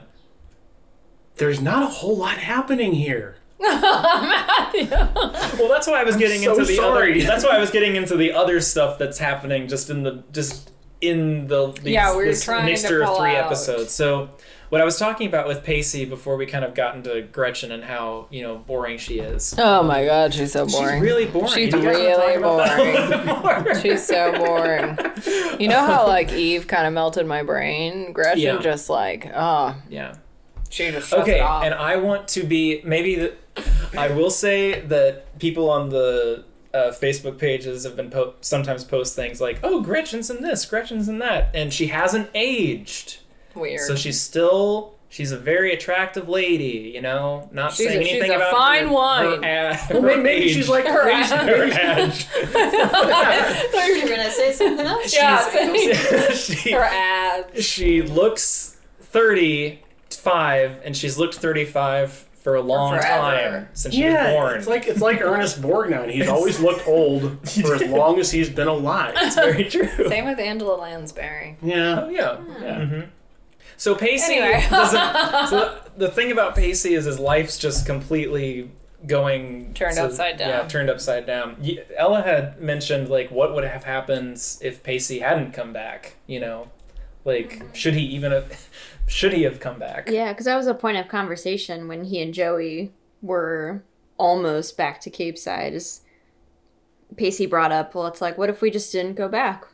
Speaker 2: There's not a whole lot happening here.
Speaker 5: Well, that's why I was getting
Speaker 2: so
Speaker 5: into the
Speaker 2: sorry.
Speaker 5: other. That's why I was getting into the other stuff that's happening just in the just in the these,
Speaker 4: Yeah, we were
Speaker 5: this
Speaker 4: trying to
Speaker 5: mixture of
Speaker 4: pull
Speaker 5: three
Speaker 4: out.
Speaker 5: episodes. So what I was talking about with Pacey before we kind of got into Gretchen and how you know boring she is.
Speaker 4: Oh my god, she's so boring.
Speaker 5: She's really boring.
Speaker 4: She's
Speaker 5: You guys wanna talk
Speaker 4: really
Speaker 5: about that
Speaker 4: boring.
Speaker 5: a little bit (laughs) more?
Speaker 4: She's so boring. You know how like Eve kind of melted my brain. Gretchen
Speaker 5: Yeah.
Speaker 4: just like, oh,
Speaker 5: yeah.
Speaker 4: she just shuts
Speaker 5: Okay,
Speaker 4: it off.
Speaker 5: and uh, I want to be maybe. The, I will say that people on the uh, Facebook pages have been po- sometimes post things like, "Oh, Gretchen's in this, Gretchen's in that," and she hasn't aged,
Speaker 4: Weird.
Speaker 5: so she's still she's a very attractive lady. You know, not
Speaker 4: She's a-
Speaker 5: saying
Speaker 4: she's
Speaker 5: anything
Speaker 4: a
Speaker 5: about
Speaker 4: fine
Speaker 5: her,
Speaker 4: wine.
Speaker 5: Her, ad-
Speaker 2: Well,
Speaker 5: her
Speaker 2: maybe, maybe she's
Speaker 5: age.
Speaker 2: like
Speaker 4: Her
Speaker 2: maybe-
Speaker 4: ass. (laughs)
Speaker 5: her (laughs) age.
Speaker 6: You're gonna say something else?
Speaker 4: yeah, same.
Speaker 5: (laughs) she,
Speaker 4: her abs.
Speaker 5: she looks 35 and she's looked 35 for a long
Speaker 4: forever.
Speaker 5: time since she was
Speaker 2: Yeah,
Speaker 5: born
Speaker 2: it's like it's like Ernest Borgnine. He's always looked
Speaker 5: (laughs)
Speaker 2: old for as long as he's been alive.
Speaker 5: very true
Speaker 4: Same with Angela Lansbury.
Speaker 2: Yeah,
Speaker 5: oh yeah
Speaker 2: yeah.
Speaker 5: so pacey
Speaker 4: Anyway.
Speaker 5: (laughs) doesn't so the, the thing about pacey is his life's just completely going
Speaker 4: Turned
Speaker 5: to-
Speaker 4: upside down.
Speaker 5: yeah turned upside down Y- ella had mentioned like what would have happened if pacey hadn't come back you know like should he even have (laughs) should he have come back
Speaker 6: Yeah, because that was a point of conversation when he and Joey were almost back to Cape Side. Is Pacey brought up, well, it's like, what if we just didn't go back?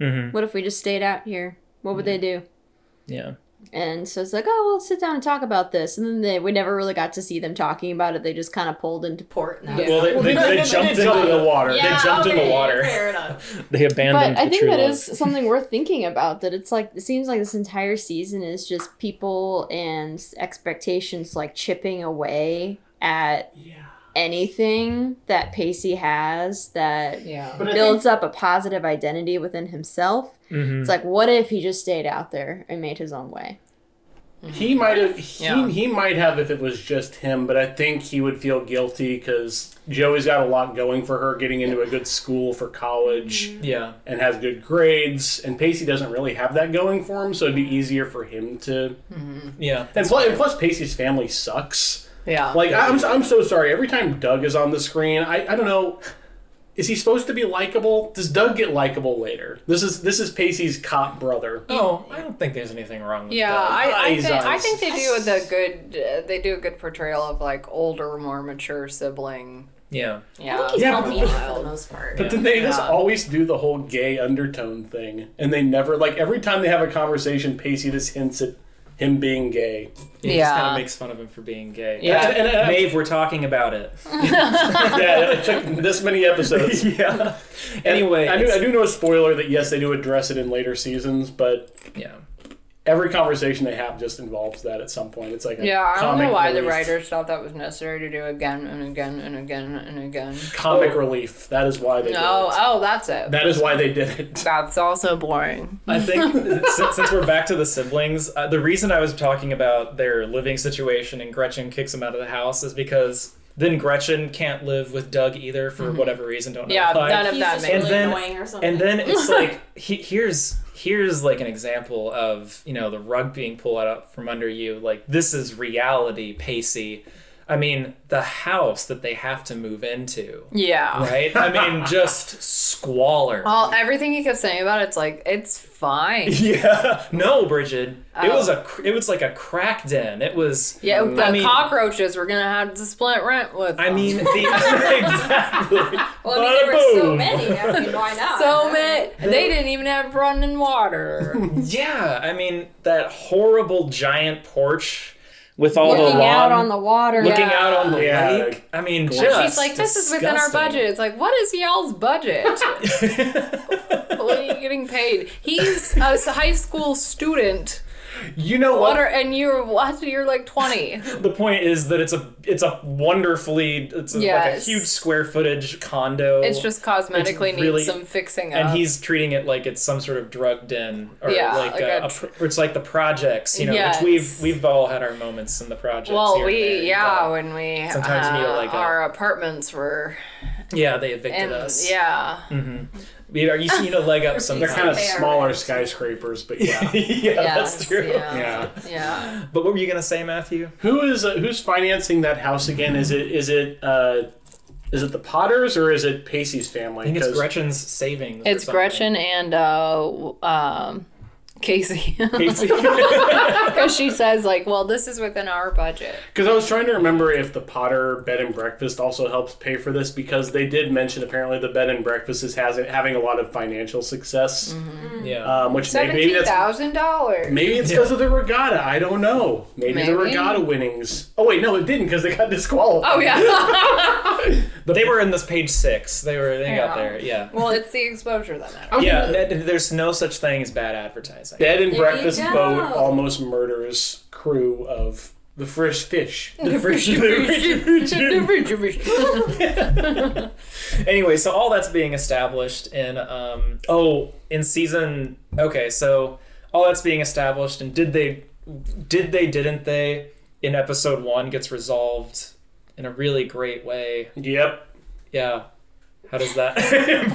Speaker 5: Mhm.
Speaker 6: What if we just stayed out here? What would they do?
Speaker 5: yeah
Speaker 6: And so it's like, oh, well, sit down and talk about this. And then they, we never really got to see them talking about it. They just kind of pulled into port. And that was-
Speaker 5: well they, they, they jumped into the water
Speaker 2: water.
Speaker 5: Yeah, jumped in the okay, water. fair
Speaker 6: enough.
Speaker 5: (laughs) they abandoned
Speaker 6: But I
Speaker 5: the
Speaker 6: think
Speaker 5: true
Speaker 6: that
Speaker 5: love. (laughs)
Speaker 6: is something worth thinking about. That it's like it seems like this entire season is just people and expectations like chipping away at anything that Pacey has that
Speaker 4: Yeah.
Speaker 2: But I
Speaker 6: builds up a positive identity within himself. It's like, what if he just stayed out there and made his own way?
Speaker 2: He might have. He,
Speaker 4: Yeah.
Speaker 2: he might have if it was just him, but I think he would feel guilty because Joey's got a lot going for her, getting into a good school for college
Speaker 5: yeah
Speaker 2: and has good grades. And Pacey doesn't really have that going for him, so it'd be easier for him to.
Speaker 5: yeah
Speaker 2: And plus, and plus Pacey's family sucks.
Speaker 4: Yeah.
Speaker 2: Like I'm, I'm so sorry. Every time Doug is on the screen, I, I don't know. Is he supposed to be likable? Does Doug get likable later? This is this is Pacey's cop brother.
Speaker 5: Oh, I don't think there's anything wrong with
Speaker 4: yeah,
Speaker 5: that.
Speaker 4: I, I,
Speaker 2: eyes
Speaker 4: think,
Speaker 2: on-
Speaker 4: I think they do the good. Uh, they do a good portrayal of like older, more mature sibling
Speaker 5: Yeah.
Speaker 7: I think
Speaker 4: Yeah.
Speaker 7: he's
Speaker 2: Yeah,
Speaker 7: well
Speaker 2: but-
Speaker 7: meaning for the most part.
Speaker 2: But then they just
Speaker 4: Yeah.
Speaker 2: always do the whole gay undertone thing, and they never like every time they have a conversation, Pacey just hints at him being
Speaker 5: (laughs)
Speaker 2: gay.
Speaker 5: He just kind
Speaker 4: Yeah.
Speaker 5: of makes fun of him for being gay.
Speaker 4: Yeah.
Speaker 2: And- and-
Speaker 5: Maeve, we're talking about it.
Speaker 2: yeah, it took this many episodes.
Speaker 5: (laughs) yeah. Anyway,
Speaker 2: I do, I
Speaker 5: it's-
Speaker 2: do know a spoiler that yes, they do address it in later seasons, but
Speaker 5: yeah.
Speaker 2: every conversation they have just involves that at some point. It's like a
Speaker 4: Yeah, I don't
Speaker 2: comic
Speaker 4: know why the
Speaker 2: relief-
Speaker 4: writers thought that was necessary to do again and again and again and again.
Speaker 2: comic
Speaker 5: Oh.
Speaker 2: relief. That is why they.
Speaker 4: No,
Speaker 2: Did it.
Speaker 4: oh, that's it.
Speaker 2: That is why they did it. (laughs)
Speaker 4: That's also boring.
Speaker 5: I think (laughs) since, since we're back to the siblings, uh, the reason I was talking about their living situation and Gretchen kicks them out of the house is because then Gretchen can't live with Doug either for whatever reason. Don't know.
Speaker 4: Mm-hmm. Yeah,
Speaker 5: why.
Speaker 4: none of
Speaker 7: he's
Speaker 4: that
Speaker 7: just
Speaker 4: makes-
Speaker 7: really
Speaker 5: And then-
Speaker 7: annoying or something.
Speaker 4: (laughs)
Speaker 5: And then it's like he, here's here's like an example of you know the rug being pulled out from under you. Like this is reality, Pacey. I mean the house that they have to move into,
Speaker 4: Yeah.
Speaker 5: (laughs) right? I mean just squalor.
Speaker 4: Well, everything he kept saying about it's like it's
Speaker 2: (laughs)
Speaker 4: fine.
Speaker 5: Yeah. No, Bridget. It
Speaker 4: Oh.
Speaker 5: was a cr- it was like a crack den. It was
Speaker 4: Yeah, the
Speaker 5: I mean-
Speaker 4: cockroaches were gonna have to split rent with.
Speaker 5: I
Speaker 4: them.
Speaker 5: mean the (laughs) exactly.
Speaker 7: well, I mean,
Speaker 5: Bada
Speaker 7: there were so
Speaker 5: boom.
Speaker 7: many. I mean, why not? (laughs)
Speaker 4: so many. They didn't even have
Speaker 2: (laughs)
Speaker 4: running water.
Speaker 5: Yeah, I mean that horrible giant porch with all the
Speaker 6: Looking
Speaker 5: lawn
Speaker 6: out on the water.
Speaker 5: looking
Speaker 4: Yeah.
Speaker 5: out on the
Speaker 2: Yeah.
Speaker 5: lake. I mean
Speaker 2: She's
Speaker 5: just
Speaker 4: She's like, this is within our budget. It's like, what is y'all's
Speaker 5: (laughs)
Speaker 4: budget?
Speaker 5: budget.
Speaker 4: what are you getting paid? He's a s- high school student.
Speaker 2: You know
Speaker 4: What
Speaker 2: what?
Speaker 4: are and you're what? You're like twenty.
Speaker 5: the point is that it's a it's a wonderfully it's a- like a
Speaker 4: Yes.
Speaker 5: huge square footage condo.
Speaker 4: It's just cosmetically
Speaker 5: really-
Speaker 4: needs some fixing up.
Speaker 5: and he's treating it like it's some sort of drug den or
Speaker 4: Yeah,
Speaker 5: like,
Speaker 4: like
Speaker 5: a,
Speaker 4: a
Speaker 5: a pr- or it's like the projects you know
Speaker 4: Yes.
Speaker 5: which we've we've all had our moments in the projects
Speaker 4: well,
Speaker 5: here and there,
Speaker 4: we yeah,
Speaker 5: but-
Speaker 4: when we
Speaker 5: sometimes you need,
Speaker 4: uh,
Speaker 5: like, a-
Speaker 4: our apartments were
Speaker 5: yeah they evicted
Speaker 4: and
Speaker 5: us
Speaker 4: yeah.
Speaker 5: we are you need a leg up
Speaker 2: They're
Speaker 5: sometimes
Speaker 2: kind of
Speaker 7: They are
Speaker 2: smaller
Speaker 7: right.
Speaker 2: skyscrapers, but yeah.
Speaker 5: (laughs) yeah
Speaker 4: Yes,
Speaker 5: that's true
Speaker 4: Yeah.
Speaker 2: Yeah.
Speaker 4: yeah.
Speaker 5: (laughs) but what were you gonna say Matthew
Speaker 2: Who is uh, who's financing that house again? Is it is it uh, is it the Potters or is it Pacey's family?
Speaker 5: I think it's
Speaker 2: 'Cause
Speaker 5: Gretchen's savings or
Speaker 4: It's
Speaker 5: something.
Speaker 4: Gretchen and uh, w- um,
Speaker 5: (laughs)
Speaker 4: Casey
Speaker 2: (laughs)
Speaker 5: Casey.
Speaker 4: because she says like, "Well, this is within our budget."
Speaker 2: Because I was trying to remember if the Potter bed and breakfast also helps pay for this because they did mention apparently the bed and breakfast is has, having a lot of financial success,
Speaker 5: yeah
Speaker 2: um, which may- maybe
Speaker 4: Mm-hmm. Seventeen
Speaker 2: that's
Speaker 4: thousand
Speaker 5: (laughs)
Speaker 4: dollars.
Speaker 2: maybe it's because of the regatta. I don't know. Maybe, the
Speaker 4: Maybe.
Speaker 2: regatta winnings. Oh wait, no, it didn't because they got disqualified.
Speaker 4: Oh yeah.
Speaker 5: but they were in this page six they were they
Speaker 4: Yeah.
Speaker 5: got there yeah
Speaker 4: well, it's the exposure that matters.
Speaker 5: yeah that- there's no such thing as bad advertising
Speaker 2: Bed and
Speaker 7: There you
Speaker 2: breakfast
Speaker 7: go.
Speaker 2: boat almost murders crew of the fresh
Speaker 4: (laughs)
Speaker 2: fish. (laughs)
Speaker 5: The first- (laughs) anyway, so all that's being established in um oh in season okay, so all that's being established and did they did they didn't they in episode one gets resolved in a really great way.
Speaker 2: Yep.
Speaker 5: Yeah. How does that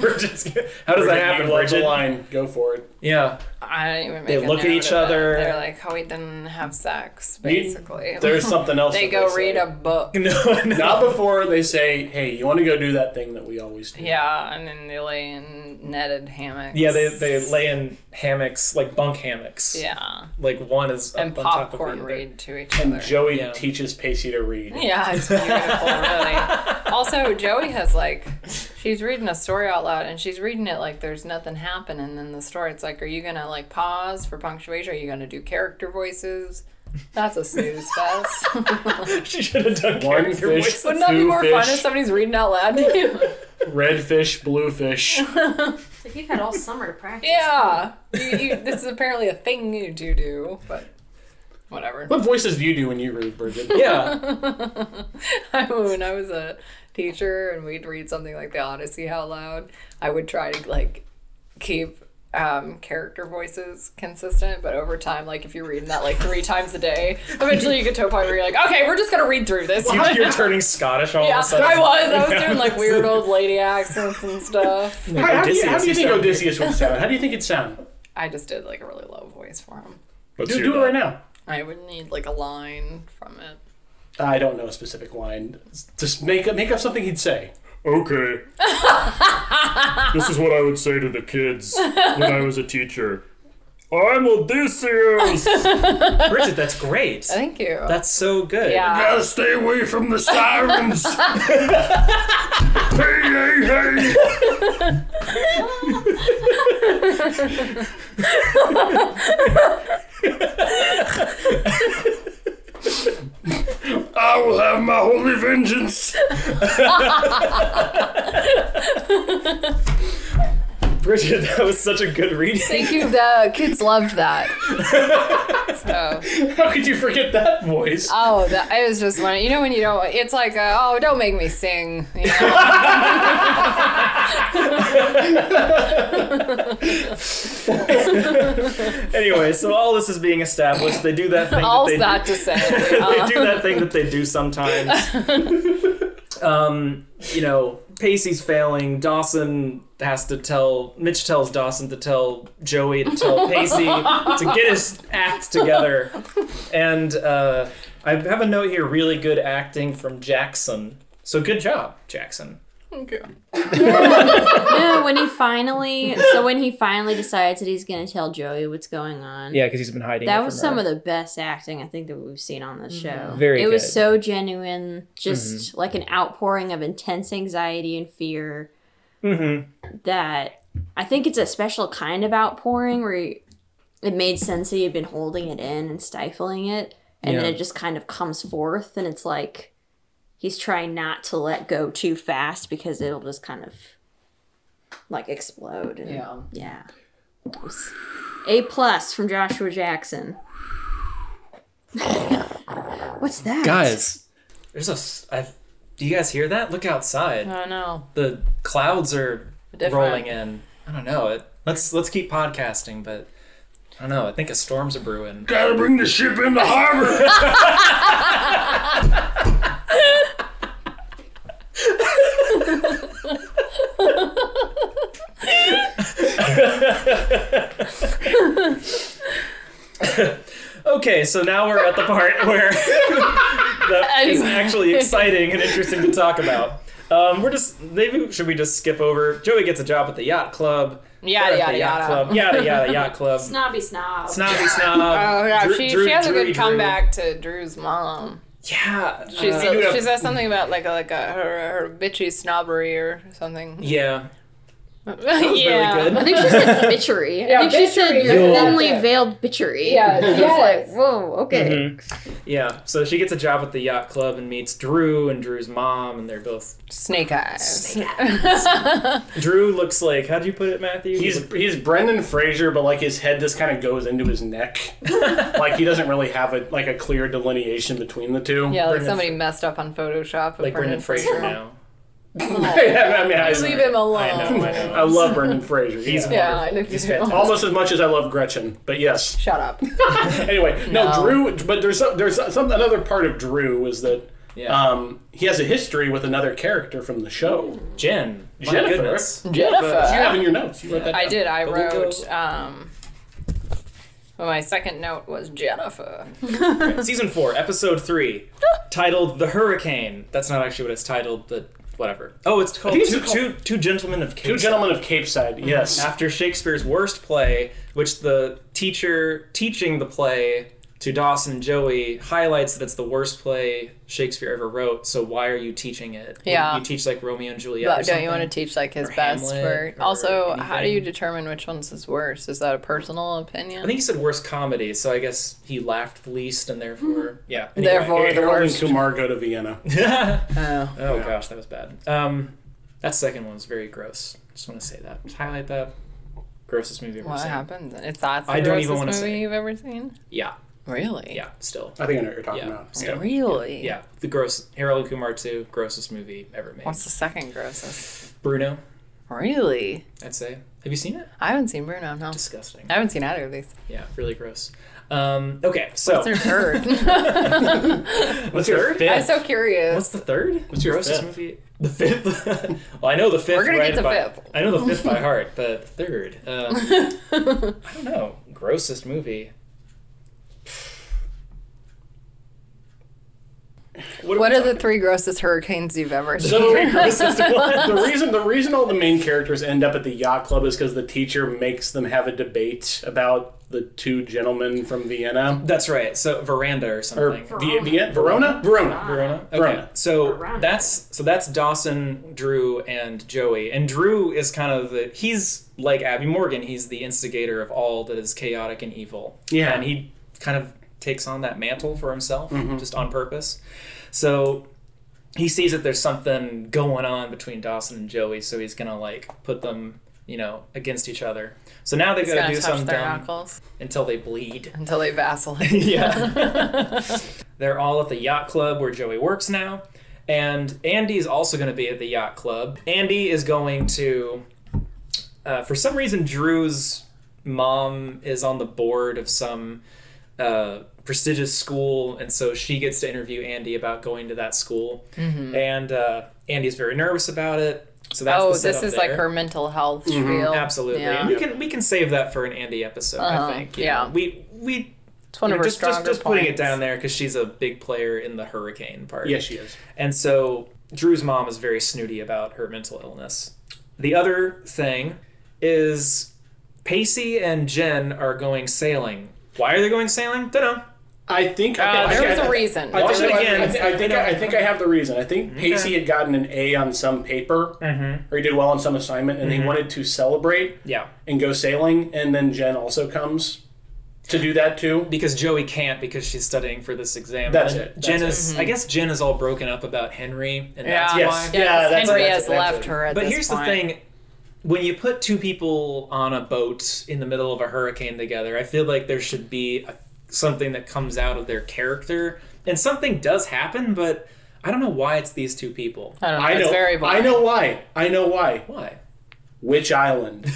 Speaker 5: (laughs) Bridget's- how does that happen,
Speaker 2: Love the
Speaker 5: Bridget?
Speaker 2: line. Go for it. (laughs)
Speaker 5: Yeah.
Speaker 4: I don't even. Make
Speaker 5: They
Speaker 4: a
Speaker 5: look at
Speaker 4: note
Speaker 5: each
Speaker 4: of that.
Speaker 5: other.
Speaker 4: They're like, "Oh, we didn't have sex."
Speaker 2: You-
Speaker 4: Basically,
Speaker 2: There's something else.
Speaker 4: (laughs) they
Speaker 2: that
Speaker 4: go
Speaker 2: say.
Speaker 4: read a book.
Speaker 5: No,
Speaker 2: (laughs)
Speaker 5: no.
Speaker 2: Not before they say, "Hey, you want to go do that thing that we always do?"
Speaker 4: Yeah, and then they lay in netted hammocks.
Speaker 5: Yeah, they, they lay in hammocks, like bunk hammocks.
Speaker 4: Yeah,
Speaker 5: Like one is
Speaker 4: and
Speaker 5: up on top of the
Speaker 4: popcorn
Speaker 5: other. (laughs)
Speaker 4: read to each
Speaker 2: And
Speaker 4: other.
Speaker 2: Joey
Speaker 5: Yeah.
Speaker 2: teaches Pacey to read.
Speaker 4: Yeah, it's beautiful, really.
Speaker 5: (laughs)
Speaker 4: Also, Joey has like, she's reading a story out loud and she's reading it like there's nothing happening in the story. It's like, are you going to like pause for punctuation? Are you going to do character voices? That's a snooze fest.
Speaker 5: (laughs)
Speaker 4: Wouldn't
Speaker 5: She should have done
Speaker 2: (laughs) One
Speaker 5: character
Speaker 2: fish.
Speaker 5: voices.
Speaker 4: that be
Speaker 2: Two
Speaker 4: more fun
Speaker 2: fish.
Speaker 4: if somebody's reading out loud to you?
Speaker 2: Red fish, blue fish.
Speaker 4: (laughs)
Speaker 7: It's like you've had all summer to practice.
Speaker 4: yeah. You, you, this is apparently a thing you do do, but whatever. (laughs)
Speaker 2: what voices do you do when you read, Bridget?
Speaker 5: Yeah.
Speaker 4: I, when I was a teacher and we'd read something like the Odyssey out loud, I would try to like keep um, character voices consistent, but over time, like if you're reading that like three times a day, eventually you get to a point where you're like, okay, we're just gonna read through this. (laughs)
Speaker 5: You, you're turning Scottish all
Speaker 4: yeah,
Speaker 5: of a sudden.
Speaker 4: I was. I was doing
Speaker 5: (laughs)
Speaker 4: like weird old lady accents and stuff.
Speaker 2: How, how do you, how do you
Speaker 5: Odysseus,
Speaker 2: think
Speaker 5: you sound
Speaker 2: Odysseus would sound? How do you think it'd sound?
Speaker 4: I just did like a really low voice for him.
Speaker 2: Do, do it right now.
Speaker 4: I would need like a line from it.
Speaker 2: I don't know a specific line. Just make up, make up something he'd say.
Speaker 8: Okay. this is what I would say to the kids when I was a teacher.
Speaker 3: I'm Odysseus.
Speaker 5: Bridget, that's great.
Speaker 4: Thank you.
Speaker 5: That's so good.
Speaker 4: (laughs) yeah.
Speaker 3: Gotta stay away from the sirens. hey, hey, hey. I will have my holy vengeance.
Speaker 5: Bridget, that was such a
Speaker 4: (laughs)
Speaker 5: good reading.
Speaker 4: Thank you. The kids loved that. so,
Speaker 2: How could you forget that voice?
Speaker 4: oh, that, I was just wondering. You know, when you don't, it's like, uh, oh, don't make me sing. You know?
Speaker 5: anyway, so all this is being established. They do that thing.
Speaker 4: All's
Speaker 5: that
Speaker 4: that to
Speaker 5: they
Speaker 4: say.
Speaker 5: do,
Speaker 4: Uh,
Speaker 5: (laughs) they do that thing that they
Speaker 4: (laughs)
Speaker 5: do sometimes. um, you know, Pacey's failing. Dawson has to tell Mitch tells Dawson to tell Joey to
Speaker 4: (laughs)
Speaker 5: tell Pacey to get his act together. And uh, I have a note here. Really good acting from Jackson. So good job, Jackson.
Speaker 6: no, when he finally, so when he finally decides that he's gonna tell Joey what's going on.
Speaker 8: Yeah, because he's been hiding.
Speaker 6: That
Speaker 8: it
Speaker 6: was
Speaker 8: from
Speaker 6: some
Speaker 8: her.
Speaker 6: of the best acting I think that we've seen on this show.
Speaker 8: Very
Speaker 6: It was
Speaker 8: good. Mm-hmm.
Speaker 6: so genuine, just like an outpouring of intense anxiety and fear.
Speaker 8: Mm-hmm.
Speaker 6: That I think it's a special kind of outpouring where you- it made sense that you've been holding it in and stifling it, and
Speaker 5: Yeah.
Speaker 6: then it just kind of comes forth, and it's like he's trying not to let go too fast because it'll just kind of like explode. and-
Speaker 4: yeah.
Speaker 6: yeah. A plus from Joshua Jackson. What's that?
Speaker 5: Guys, there's a. s- I've, do you guys hear that? Look outside.
Speaker 4: I don't know.
Speaker 5: the clouds are
Speaker 4: Different.
Speaker 5: rolling in. I don't know. It, let's let's keep podcasting, but I don't know. I think a storm's a brewing.
Speaker 3: Gotta bring the ship into harbor.
Speaker 5: Okay, so now we're at the part (laughs) where that
Speaker 4: (laughs)
Speaker 5: is actually exciting and interesting to talk about. Um, we're just maybe should we just skip over? Joey gets a job at the yacht club.
Speaker 4: Yada,
Speaker 5: They're at
Speaker 4: yada,
Speaker 5: the yacht
Speaker 4: yada.
Speaker 5: club. Yada yada yacht club.
Speaker 7: Snobby snob.
Speaker 5: Snobby snob.
Speaker 4: Oh yeah,
Speaker 5: Drew-
Speaker 4: she,
Speaker 5: Drew-
Speaker 4: she has a
Speaker 5: Drewy
Speaker 4: good
Speaker 5: Drew.
Speaker 4: comeback to Drew's mom.
Speaker 5: Yeah.
Speaker 4: She's,
Speaker 5: uh,
Speaker 4: she says something about like a, like a her, her bitchy snobbery or something.
Speaker 5: yeah.
Speaker 4: (laughs) yeah.
Speaker 5: (laughs) Really
Speaker 6: I
Speaker 5: good.
Speaker 6: think she said bitchery.
Speaker 4: (laughs)
Speaker 6: I
Speaker 4: Yeah,
Speaker 6: think she said
Speaker 4: bitchery
Speaker 6: your
Speaker 4: is-
Speaker 6: thinly
Speaker 4: that's it.
Speaker 6: veiled bitchery.
Speaker 4: Yeah,
Speaker 6: I was
Speaker 4: yes.
Speaker 6: like, whoa, okay.
Speaker 5: Yeah. So she gets a job at the yacht club and meets Drew and Drew's mom, and they're both
Speaker 4: Snake eyes.
Speaker 5: Drew looks like how'd you put it, Matthew?
Speaker 2: He's he's Brendan Fraser, but like his head just kind of goes into his
Speaker 4: (laughs)
Speaker 2: neck. like he doesn't really have a like a clear delineation between the two. (laughs)
Speaker 4: Yeah, like
Speaker 5: Brendan-
Speaker 4: somebody messed up on Photoshop. with
Speaker 5: like Brendan Fraser now. (laughs)
Speaker 2: I mean, I,
Speaker 4: (laughs) Leave him alone.
Speaker 5: I know, I know.
Speaker 2: I love Brendan Fraser.
Speaker 5: He's
Speaker 2: yeah.
Speaker 4: (laughs) Yeah, I looked
Speaker 2: (laughs)
Speaker 4: at him.
Speaker 2: almost as much as I love Gretchen, but yes.
Speaker 4: (laughs) Shut
Speaker 5: (laughs)
Speaker 4: up.
Speaker 2: Anyway, no,
Speaker 4: No.
Speaker 2: Drew. But there's some, there's some another part of Drew is that
Speaker 5: Yeah. Uh,
Speaker 2: um, he has a history with another character from the show.
Speaker 5: Jen. My
Speaker 2: Jennifer. (laughs)
Speaker 5: goodness.
Speaker 2: You
Speaker 4: Jennifer.
Speaker 2: have in your notes. You wrote that.
Speaker 4: I did. I
Speaker 5: we'll go-
Speaker 4: wrote. Um, well, my second note was Jennifer.
Speaker 5: Season four, episode three, titled "The Hurricane." That's not actually what it's titled, but whatever. Oh, it's called
Speaker 2: think it's
Speaker 5: two,
Speaker 2: called-
Speaker 5: two, two Gentlemen of
Speaker 2: Two
Speaker 5: Cape Side.
Speaker 2: gentlemen of Cape Side. Yes.
Speaker 5: After Shakespeare's worst play, which the teacher teaching the play to Dawson and Joey highlights that it's the worst play Shakespeare ever wrote. So why are you teaching it? Wouldn't
Speaker 4: Yeah.
Speaker 5: you teach like Romeo and Juliet. or
Speaker 4: But don't
Speaker 5: something?
Speaker 4: you want to teach like his
Speaker 5: Or
Speaker 4: best?
Speaker 5: Hamlet
Speaker 4: For
Speaker 5: or
Speaker 4: also, how do you
Speaker 5: anything.
Speaker 4: determine which one's his worst? Is that a personal opinion?
Speaker 5: I think he said worst comedy, so I guess he laughed the least, and therefore,
Speaker 4: Hmm.
Speaker 5: yeah. Anyway.
Speaker 4: Therefore, the
Speaker 2: Harold and
Speaker 4: worst.
Speaker 2: Kumar go to Vienna.
Speaker 4: Oh.
Speaker 5: (laughs) Oh gosh, that was bad. Um, that second one was very gross. Just want to say that. Just highlight that. Grossest movie I've ever
Speaker 4: What
Speaker 5: seen.
Speaker 4: happened? If that's the
Speaker 5: I don't even
Speaker 4: grossest
Speaker 5: wanna
Speaker 4: movie
Speaker 5: say.
Speaker 4: you've ever seen?
Speaker 5: Yeah,
Speaker 4: Really?
Speaker 5: yeah. Still,
Speaker 2: I think I know what you're talking
Speaker 5: Yeah.
Speaker 2: about.
Speaker 5: Yeah.
Speaker 4: Really?
Speaker 5: yeah. The gross Harold and Kumar two grossest movie ever made.
Speaker 4: What's the second grossest?
Speaker 5: Bruno,
Speaker 4: Really?
Speaker 5: I'd say. Have you seen it?
Speaker 4: I haven't seen Bruno. No,
Speaker 5: Disgusting.
Speaker 4: I haven't seen either of these.
Speaker 5: Yeah, really gross. Um, okay, so
Speaker 4: What's their
Speaker 5: (laughs)
Speaker 4: (laughs) third?
Speaker 2: What's your
Speaker 4: I'm
Speaker 2: fifth?
Speaker 4: so curious.
Speaker 5: What's the third? What's
Speaker 2: your
Speaker 5: grossest
Speaker 2: fifth?
Speaker 5: movie? The fifth. (laughs) well, I know the fifth.
Speaker 4: We're gonna
Speaker 5: right
Speaker 4: get the
Speaker 5: by,
Speaker 4: fifth.
Speaker 5: I know the
Speaker 4: (laughs)
Speaker 5: fifth by heart, but the third. Um, I don't know. Grossest movie.
Speaker 4: What are the three grossest hurricanes you've ever seen?
Speaker 2: So (laughs) the reason the reason all the main characters end up at the yacht club is because the teacher makes them have a debate about the two gentlemen from Vienna
Speaker 5: That's right. So veranda or
Speaker 2: or
Speaker 5: something.
Speaker 2: Vi- Vienna Verona Ah. Verona.
Speaker 5: Verona. Okay.
Speaker 2: Verona.
Speaker 5: So
Speaker 7: Verona.
Speaker 5: that's so that's Dawson, Drew, and Joey. And Drew is kind of the he's like Abby Morgan. He's the instigator of all that is chaotic and evil.
Speaker 2: Yeah.
Speaker 5: And he kind of takes on that mantle for himself, just on purpose. So he sees that there's something going on between Dawson and Joey, so he's gonna like put them, you know, against each other. So now they've
Speaker 4: It's
Speaker 5: got
Speaker 4: gonna
Speaker 5: to do
Speaker 4: touch
Speaker 5: something
Speaker 4: their
Speaker 5: dumb
Speaker 4: knuckles
Speaker 5: until they bleed.
Speaker 4: until they vacillate. (laughs)
Speaker 5: (laughs) yeah. They're all at the yacht club where Joey works now. And Andy's also going to be at the yacht club. Andy is going to, uh, for some reason, Drew's mom is on the board of some uh, prestigious school. And so she gets to interview Andy about going to that school. And uh, Andy's very nervous about it. So that's
Speaker 4: Mm-hmm. oh,
Speaker 5: the
Speaker 4: this
Speaker 5: setup
Speaker 4: is
Speaker 5: there. Mm-hmm.
Speaker 4: like her mental health spiel.
Speaker 5: Absolutely,
Speaker 4: Yeah.
Speaker 5: and we can we can save that for an Andy episode.
Speaker 4: Uh-huh,
Speaker 5: I think. you
Speaker 4: yeah.
Speaker 5: know. we we
Speaker 4: It's one
Speaker 5: you
Speaker 4: of
Speaker 5: know,
Speaker 4: her
Speaker 5: just,
Speaker 4: stronger
Speaker 5: just, just putting it
Speaker 4: points.
Speaker 5: down there because she's a big player in the hurricane part.
Speaker 2: Yes, she is.
Speaker 5: And so Drew's mom is very snooty about her mental illness. The other thing is Pacey and Jen are going sailing. Why are they going sailing? Don't know.
Speaker 2: I think
Speaker 4: Uh,
Speaker 2: I,
Speaker 4: there was
Speaker 2: I,
Speaker 4: a reason.
Speaker 2: I,
Speaker 5: Watch
Speaker 2: think,
Speaker 5: it
Speaker 2: I-
Speaker 5: again.
Speaker 2: I, think- I think I, I think I have the reason. I think Pacey had gotten an A on some paper, or he did well on some assignment, and they wanted to celebrate
Speaker 5: Yeah,
Speaker 2: and go sailing, and then Jen also comes to do that too.
Speaker 5: because Joey can't because she's studying for this exam.
Speaker 2: That's
Speaker 5: And
Speaker 2: it. That's
Speaker 5: Jen is. I guess Jen is all broken up about Henry, and that's
Speaker 4: Yeah.
Speaker 5: why.
Speaker 2: Yes. Yeah, that's-
Speaker 4: Henry
Speaker 2: that's-
Speaker 4: has
Speaker 2: that's
Speaker 4: left
Speaker 2: it.
Speaker 4: her at
Speaker 5: But
Speaker 4: this
Speaker 5: here's
Speaker 4: point.
Speaker 5: the thing: when you put two people on a boat in the middle of a hurricane together, I feel like there should be a, something that comes out of their character, and something does happen. But I don't know why it's these two people.
Speaker 4: I don't know.
Speaker 2: I
Speaker 4: it's
Speaker 2: know.
Speaker 4: very
Speaker 2: I know why. I know why.
Speaker 5: Why?
Speaker 2: Which island?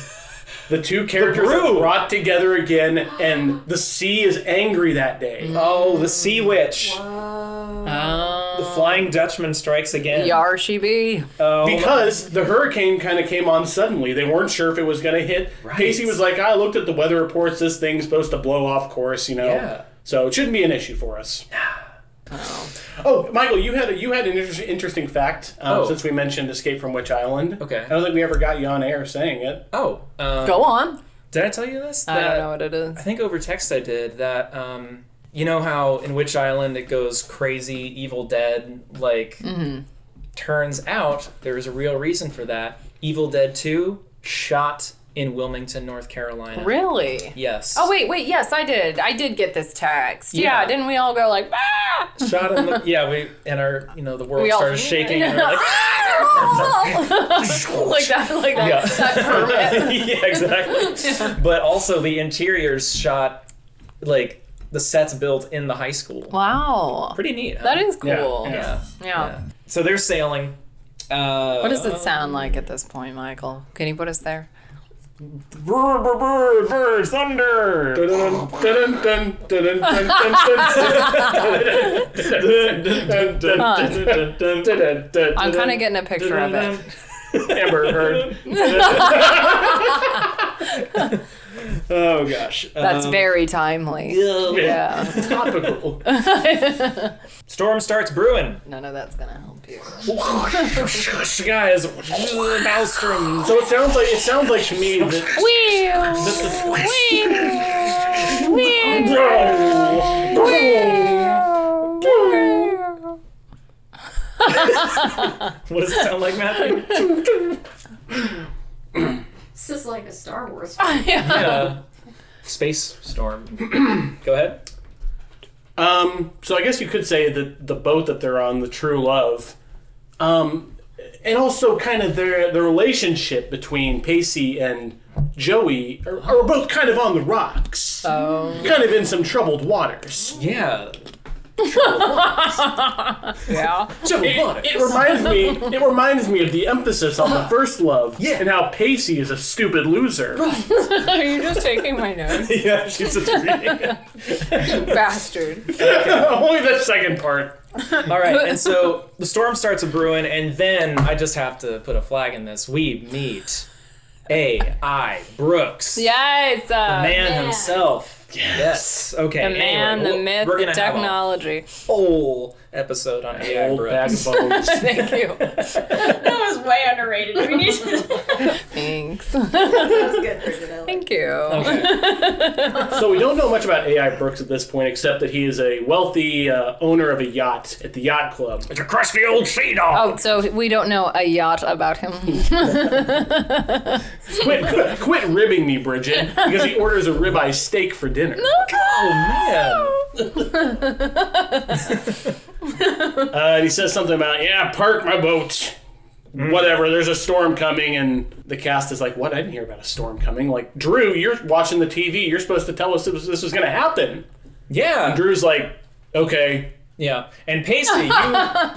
Speaker 2: The two characters are
Speaker 5: brew.
Speaker 2: brought together again, and the sea is angry that day.
Speaker 5: Oh, the Sea
Speaker 4: Hmm.
Speaker 5: Witch,
Speaker 4: Um,
Speaker 5: the Flying Dutchman strikes again.
Speaker 4: Yar she be.
Speaker 5: Oh,
Speaker 2: Because the hurricane kind of came on suddenly. They weren't sure if it was going to hit.
Speaker 5: Right.
Speaker 2: Casey was like, I looked at the weather reports. This thing's supposed to blow off course, you know?
Speaker 5: Yeah.
Speaker 2: So it shouldn't be an issue for
Speaker 5: (sighs)
Speaker 2: us. Oh, Michael, you had a, you had an inter- interesting fact um,
Speaker 5: Oh.
Speaker 2: since we mentioned Escape from Witch Island.
Speaker 5: Okay.
Speaker 2: I don't think we ever got you on air saying
Speaker 5: (laughs)
Speaker 2: it.
Speaker 5: oh, um,
Speaker 4: Go on.
Speaker 5: did I tell you this?
Speaker 4: I
Speaker 5: That-
Speaker 4: don't know what it is.
Speaker 5: I think over text I did that. Um, you know how in Witch Island it goes crazy, Evil Dead. Like,
Speaker 4: Mm-hmm.
Speaker 5: turns out there is a real reason for that. Evil Dead Two shot in Wilmington, North Carolina.
Speaker 4: Really?
Speaker 5: Yes.
Speaker 4: Oh wait, wait. Yes, I did. I did get this text. Yeah,
Speaker 5: Yeah.
Speaker 4: didn't we all go like, ah?
Speaker 5: Shot
Speaker 4: (laughs)
Speaker 5: in the yeah we and our you know the world
Speaker 4: We all-
Speaker 5: started shaking. And we were like,
Speaker 4: (laughs) like that, like that,
Speaker 5: Yeah.
Speaker 4: that permit.
Speaker 5: (laughs) yeah,
Speaker 4: (laughs)
Speaker 5: exactly. But also the interiors shot like the sets built in the high school.
Speaker 4: Wow,
Speaker 5: Pretty neat. Huh?
Speaker 4: that is cool.
Speaker 2: Yeah,
Speaker 4: Yeah.
Speaker 5: yeah. yeah. So they're sailing. Uh,
Speaker 4: What does it sound like at this point, Michael? Can you put us there?
Speaker 5: Brr, brr, brr, brr, thunder.
Speaker 2: Dun, dun, dun, dun, dun, dun, dun, dun, dun, dun, dun, dun, dun, dun, dun,
Speaker 4: I'm
Speaker 2: dun.
Speaker 4: kind of getting a picture of it.
Speaker 2: Amber Heard. oh gosh.
Speaker 5: um,
Speaker 4: That's very timely. Yeah.
Speaker 2: Topical.
Speaker 5: Storm starts brewing.
Speaker 4: None of that's gonna help you.
Speaker 5: Guys, maelstrom.
Speaker 2: So it sounds like it sounds like to me that
Speaker 5: (laughs) What does it sound like, Matthew? (laughs)
Speaker 7: This is like a Star Wars. Film.
Speaker 5: Yeah. Space storm. Go ahead.
Speaker 2: um so I guess you could say that the boat that they're on, the true love, um and also kind of their the relationship between Pacey and Joey are, are both kind of on the rocks.
Speaker 4: Oh.
Speaker 2: Kind of in some troubled waters.
Speaker 5: Yeah. (laughs)
Speaker 4: Yeah.
Speaker 5: Troubled
Speaker 2: It reminds me. It reminds me of the emphasis on the first love,
Speaker 5: Yeah.
Speaker 2: and how Pacey is a stupid loser.
Speaker 4: (laughs) Are you just taking my
Speaker 5: (laughs)
Speaker 4: notes?
Speaker 2: yeah, she's a
Speaker 4: Bastard.
Speaker 2: (laughs) Only the second part.
Speaker 5: All right, and so the storm starts a brewing, and then I just have to put a flag in this. We meet A. I. Brooks,
Speaker 4: Yes. Uh,
Speaker 5: man himself, Yes. Okay.
Speaker 4: The
Speaker 5: anyway,
Speaker 4: man, the
Speaker 5: we'll-
Speaker 4: myth,
Speaker 5: we're
Speaker 4: the
Speaker 5: gonna have a (laughs)
Speaker 4: technology.
Speaker 5: whole episode on AI,
Speaker 2: Old
Speaker 5: bro.
Speaker 2: backbones.
Speaker 4: Thank you.
Speaker 6: That was way underrated. We need to- (laughs)
Speaker 4: Thanks.
Speaker 7: That's good, Bridget. I like
Speaker 4: Thank you.
Speaker 2: so we don't know much about AI Brooks at this point, except that he is a wealthy uh, owner of a yacht at the yacht club. (laughs)
Speaker 3: It's a crusty old sea dog.
Speaker 4: Oh, so we don't know a yacht about
Speaker 5: (laughs)
Speaker 4: him.
Speaker 2: Quit, quit, quit ribbing me, Bridget, because he orders a ribeye steak for dinner.
Speaker 4: (laughs)
Speaker 5: Oh
Speaker 2: Uh, and he says something about, yeah, park my boat. Whatever, there's a storm coming, and the cast is like, What? I didn't hear about a storm coming. Like, Drew, you're watching the TV. You're supposed to tell us this, this was going to happen.
Speaker 5: man. Yeah.
Speaker 2: Drew's like, Okay, (laughs)
Speaker 5: Yeah. And Pasty,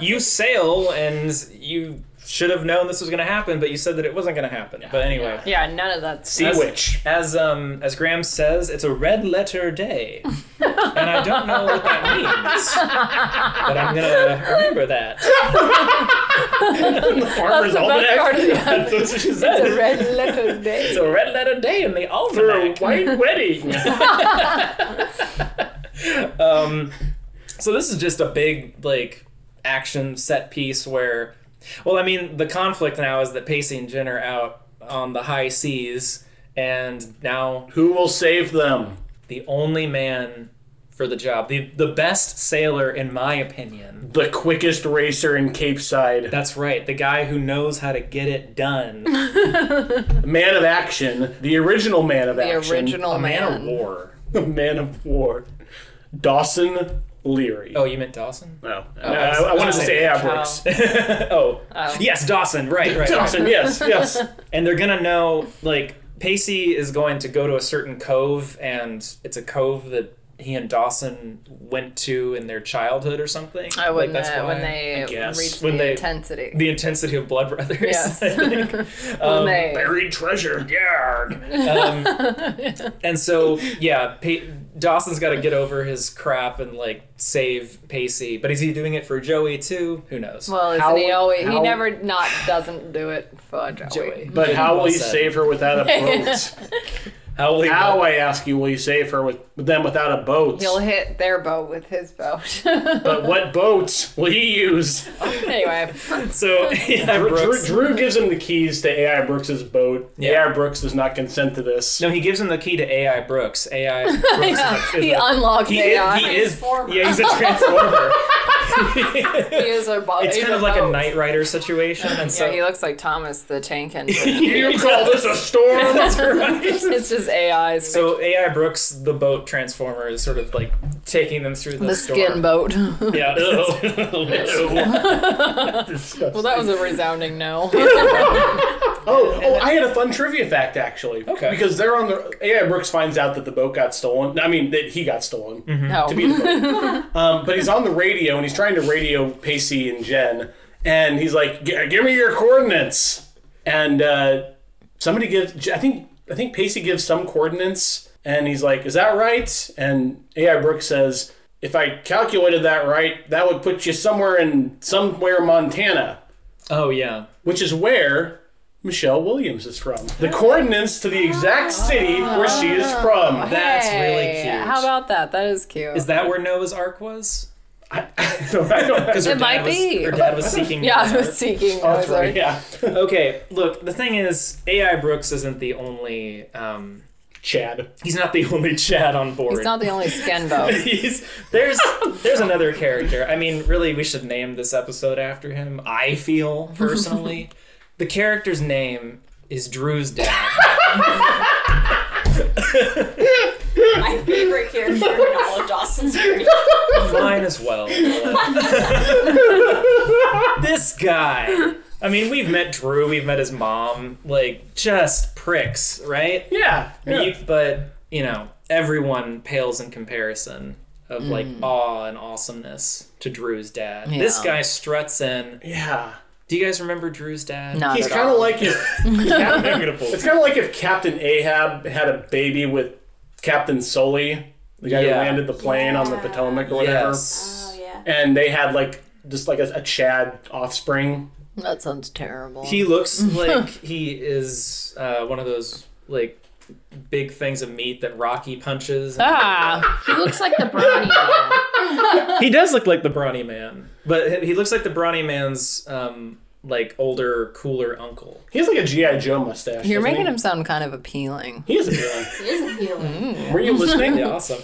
Speaker 4: (laughs)
Speaker 5: you you sail and you should have known this was gonna happen, but you said that it wasn't gonna happen. But anyway.
Speaker 4: yeah, none of that's.
Speaker 2: Sea
Speaker 4: (laughs)
Speaker 5: That's-
Speaker 2: Witch.
Speaker 5: As um as Graham says, it's a red
Speaker 4: (laughs)
Speaker 5: letter day. and I don't know what that means. But I'm gonna remember that.
Speaker 2: The farmer's
Speaker 4: the best
Speaker 2: almanac.
Speaker 4: part of the
Speaker 2: (laughs) That's what she
Speaker 4: It's
Speaker 2: said.
Speaker 4: a red
Speaker 5: (laughs)
Speaker 4: letter day.
Speaker 5: It's a red letter day in the
Speaker 2: For a
Speaker 5: almanac.
Speaker 2: white wedding.
Speaker 5: Um, so this is just a big like action set piece where, well, I mean, the conflict now is that Pacey and Jen are out on the high seas, and now
Speaker 2: Who will save them?
Speaker 5: the only man for the job, the the best sailor in my opinion.
Speaker 2: The quickest racer in Cape Side.
Speaker 5: That's right, the guy who knows how to get
Speaker 4: (laughs)
Speaker 5: it done,
Speaker 2: Man of action. The original man of
Speaker 4: The
Speaker 2: action.
Speaker 4: original
Speaker 5: a man,
Speaker 4: man.
Speaker 5: of
Speaker 2: (laughs)
Speaker 5: war.
Speaker 2: The man of war. Dawson Leary.
Speaker 5: Oh, you meant Dawson? (laughs)
Speaker 2: No. No, I, I wanted to say Abrams.
Speaker 5: oh. yes, Dawson. Right, right. Oh. right.
Speaker 2: Dawson, yes,
Speaker 5: (laughs)
Speaker 2: yes.
Speaker 5: and they're gonna know like Pacey is going to go to a certain cove, and it's a cove that he and Dawson went to in their childhood or something.
Speaker 4: I
Speaker 5: like
Speaker 4: wouldn't
Speaker 5: that's
Speaker 4: uh,
Speaker 5: why.
Speaker 4: when they
Speaker 5: I guess.
Speaker 4: reach
Speaker 5: when
Speaker 4: the
Speaker 5: they
Speaker 4: intensity.
Speaker 5: the intensity of Blood Brothers. (laughs)
Speaker 4: Yes.
Speaker 5: I
Speaker 4: (laughs)
Speaker 5: think.
Speaker 4: when they,
Speaker 2: Buried treasure. Yeah.
Speaker 4: (laughs)
Speaker 5: Um, and so yeah, pa- Dawson's got to get over his crap and like save Pacey, but is he doing it for Joey too? Who knows?
Speaker 4: well, isn't
Speaker 2: How-
Speaker 4: he always? He
Speaker 2: how-
Speaker 4: never not doesn't do it for Joey.
Speaker 5: Joey.
Speaker 2: But how will
Speaker 5: Well
Speaker 2: you
Speaker 5: said.
Speaker 2: save her without a boat?
Speaker 5: (laughs) How will he?
Speaker 2: how, I ask you, will you save her with them without a boat?
Speaker 4: He'll hit their boat with his boat.
Speaker 2: (laughs)
Speaker 4: (laughs)
Speaker 2: But what boat will he
Speaker 5: (laughs)
Speaker 2: use?
Speaker 4: anyway,
Speaker 5: So (laughs) yeah,
Speaker 2: Drew,
Speaker 5: Brooks-
Speaker 2: Drew gives him the keys to AI Brooks's boat.
Speaker 5: Yeah.
Speaker 2: AI Brooks does not consent to this. (laughs)
Speaker 5: No, he gives him the key to AI Brooks.
Speaker 4: (laughs)
Speaker 5: AI Brooks is a- is
Speaker 4: he
Speaker 5: a-
Speaker 4: unlocked
Speaker 5: He
Speaker 4: AI.
Speaker 5: is, he is.
Speaker 7: Transformer.
Speaker 5: Yeah, he's a transformer.
Speaker 4: He is a bo-
Speaker 5: (laughs) it's
Speaker 4: he's
Speaker 5: kind of like a
Speaker 4: boat.
Speaker 5: Knight Rider situation, and so
Speaker 4: Yeah, he looks like Thomas the Tank
Speaker 5: (laughs)
Speaker 4: Engine.
Speaker 2: You call this a storm?
Speaker 4: it's just AI's
Speaker 5: so AI Brooks, the boat transformer, is sort of like taking them through the,
Speaker 4: the
Speaker 5: storm.
Speaker 4: skin boat.
Speaker 5: Yeah.
Speaker 2: Oh.
Speaker 4: well, that was a resounding
Speaker 5: (laughs)
Speaker 4: no.
Speaker 2: Oh, oh, I had a fun trivia fact actually.
Speaker 5: Okay.
Speaker 2: Because they're on the AI Brooks finds out that the boat got stolen. I mean that he got stolen
Speaker 4: no.
Speaker 2: to be the boat. um, but he's on the radio and he's trying to radio Pacey and Jen, and he's like, "Gi- "Give me your coordinates." And uh, somebody gives. I think I think Pacey gives some coordinates, and he's like, "Is that right?" And AI Brooks says, "If I calculated that right, that would put you somewhere in somewhere Montana."
Speaker 5: (laughs) oh yeah.
Speaker 2: which is where Michelle Williams is from. The coordinates to the exact city where she is
Speaker 4: Ah.
Speaker 2: from.
Speaker 5: That's
Speaker 4: Hey,
Speaker 5: really cute.
Speaker 4: How about that? That is cute.
Speaker 5: Is that where Noah's Ark was?
Speaker 2: I, I don't, (laughs) I don't-
Speaker 5: Because her
Speaker 4: It
Speaker 5: dad
Speaker 4: might
Speaker 5: was,
Speaker 4: be. (laughs)
Speaker 5: Her dad was seeking.
Speaker 4: yeah, I was
Speaker 5: Noah's Ark.
Speaker 4: seeking. I was
Speaker 2: that's right,
Speaker 4: like,
Speaker 2: yeah.
Speaker 5: Okay. Look, the thing is, AI Brooks isn't the only. Um,
Speaker 2: Chad.
Speaker 5: he's not the (laughs) only Chad on board.
Speaker 4: He's
Speaker 5: (laughs)
Speaker 4: not the only skin boat.
Speaker 5: He's, there's there's another character. I mean, really, we should name this episode after him. I feel personally,
Speaker 4: (laughs)
Speaker 5: the character's name is Drew's dad.
Speaker 7: my favorite character in all of Dawson's Creek.
Speaker 5: Mine as well.
Speaker 2: (laughs)
Speaker 5: this guy. I mean, we've met Drew. We've met his mom. Like, just pricks, right?
Speaker 2: Yeah. yeah.
Speaker 5: You- but you know, everyone pales in comparison of like
Speaker 2: Mm.
Speaker 5: awe and awesomeness to Drew's dad. This
Speaker 4: Yeah.
Speaker 5: guy struts in.
Speaker 2: Yeah.
Speaker 5: Do you guys remember Drew's dad?
Speaker 4: Not
Speaker 2: He's
Speaker 4: at
Speaker 2: kind of
Speaker 4: all.
Speaker 2: like if it's kind of like if Captain Ahab had a baby with Captain Sully, the guy who
Speaker 5: Yeah.
Speaker 2: landed the plane on the Potomac or whatever,
Speaker 5: Yes.
Speaker 7: Oh, yeah.
Speaker 2: and they had like just like a, a Chad offspring. (laughs)
Speaker 4: that sounds terrible.
Speaker 5: He looks like he is uh, one of those like big things of meat that Rocky punches.
Speaker 4: Ah,
Speaker 6: He looks
Speaker 7: (laughs)
Speaker 6: like the brownie man.
Speaker 5: he does look like the brawny man, but he- he looks like the brawny man's um, like older, cooler uncle.
Speaker 2: He has like a GI Joe mustache.
Speaker 4: you're
Speaker 2: doesn't
Speaker 4: making
Speaker 2: he?
Speaker 4: him sound kind of appealing.
Speaker 2: He is appealing.
Speaker 7: He is appealing.
Speaker 2: Were you listening?
Speaker 5: Yeah, (laughs)
Speaker 4: (laughs)
Speaker 5: awesome.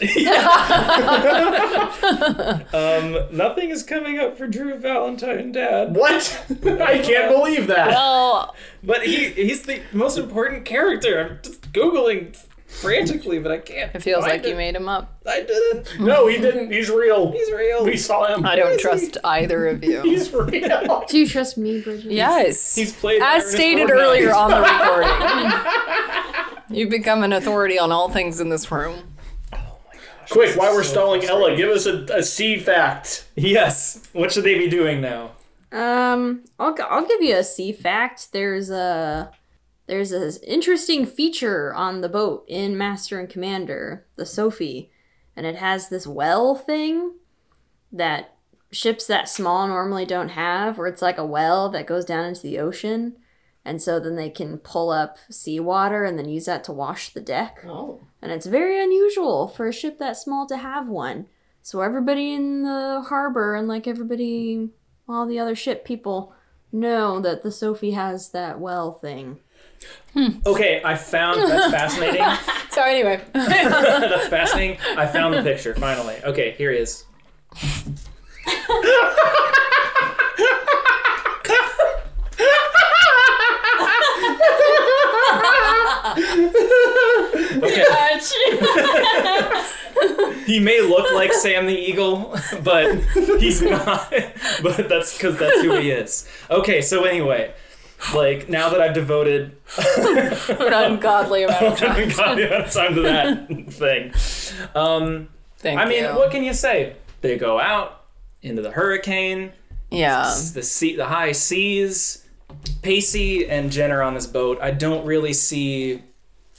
Speaker 5: um, nothing is coming up for Drew Valentine, Dad.
Speaker 2: What? (laughs) I can't believe that.
Speaker 4: Well,
Speaker 5: But he he's the most important character. I'm just googling frantically, but I can't.
Speaker 4: it feels
Speaker 5: find
Speaker 4: like you made him up.
Speaker 5: I didn't.
Speaker 2: No, he didn't. He's real.
Speaker 5: He's real.
Speaker 2: We saw him.
Speaker 4: I don't trust either of
Speaker 2: (laughs)
Speaker 4: you.
Speaker 2: He's real.
Speaker 6: Do you trust me, Bridget?
Speaker 4: Yes.
Speaker 5: He's played by
Speaker 4: As
Speaker 5: Ernest
Speaker 4: stated
Speaker 5: Borgnine.
Speaker 4: earlier on the
Speaker 5: (laughs)
Speaker 4: recording, you've become an authority on all things in this room.
Speaker 2: Quick, while we're
Speaker 5: So
Speaker 2: stalling Ella, give us a, a C fact.
Speaker 5: Yes. What should they be doing now?
Speaker 6: Um, I'll g- I'll give you a sea fact. There's a there's an interesting feature on the boat in Master and Commander, the Sophie, and it has this well thing that ships that small normally don't have, where it's like a well that goes down into the ocean. And so then they can pull up seawater and then use that to wash the deck.
Speaker 2: Oh.
Speaker 6: And it's very unusual for a ship that small to have one. So everybody in the harbor and like everybody, all the other ship people know that the Sophie has that well thing.
Speaker 5: Okay, I
Speaker 4: (laughs)
Speaker 5: found that's fascinating.
Speaker 4: So anyway,
Speaker 5: that's fascinating. I found the picture finally. Okay, here he is. He may look like Sam the Eagle, but he's not. But that's because that's who he is. Okay, so anyway, like now that I've devoted (laughs)
Speaker 4: an ungodly amount of time.
Speaker 5: God, yeah, it's time to that thing. Um,
Speaker 4: Thank
Speaker 5: I mean,
Speaker 4: you.
Speaker 5: what can you say? They go out into the hurricane,
Speaker 4: yeah,
Speaker 5: the sea, the high seas. Pacey and Jen are on this boat. I don't really see.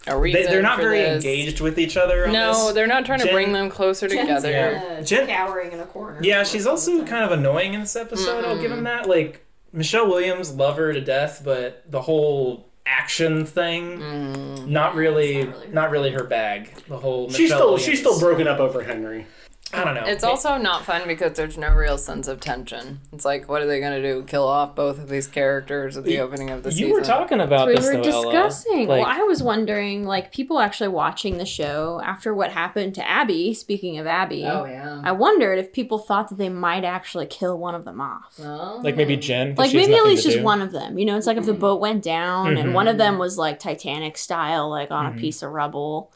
Speaker 4: a
Speaker 5: They,
Speaker 4: reason
Speaker 5: they're not
Speaker 4: for
Speaker 5: very
Speaker 4: this.
Speaker 5: engaged with each other. On
Speaker 4: No,
Speaker 5: this.
Speaker 4: they're not trying to
Speaker 5: Jen-
Speaker 4: bring them closer together.
Speaker 5: Yeah. Jen-
Speaker 7: cowering in a corner.
Speaker 5: Yeah, she's also kind of annoying in this episode. I'll
Speaker 4: Mm-hmm.
Speaker 5: give him that. Like Michelle Williams, love her to death, but the whole action thing,
Speaker 4: Mm.
Speaker 5: not really, not really, her bag. The whole
Speaker 2: She's
Speaker 5: Michelle
Speaker 2: still
Speaker 5: Williams.
Speaker 2: she's still broken up over Henry.
Speaker 5: I don't know.
Speaker 4: It's also not fun because there's no real sense of tension. It's like, what are they gonna do? Kill off both of these characters at the opening of the
Speaker 5: you
Speaker 4: season?
Speaker 5: were talking about
Speaker 6: We
Speaker 5: this.
Speaker 6: were
Speaker 5: though, Ella.
Speaker 6: discussing.
Speaker 5: Like,
Speaker 6: well, I was wondering, like, people actually watching the show after what happened to Abby. Speaking of Abby,
Speaker 4: Oh yeah.
Speaker 6: I wondered if people thought that they might actually kill one of them off.
Speaker 4: Well,
Speaker 5: like maybe Jen. 'cause
Speaker 6: Like
Speaker 5: she has
Speaker 6: maybe at
Speaker 5: nothing
Speaker 6: least
Speaker 5: to
Speaker 6: just
Speaker 5: do. Mm-hmm.
Speaker 6: one of them. You know, it's like if the boat went down and one of them was like Titanic style, like on a piece of rubble,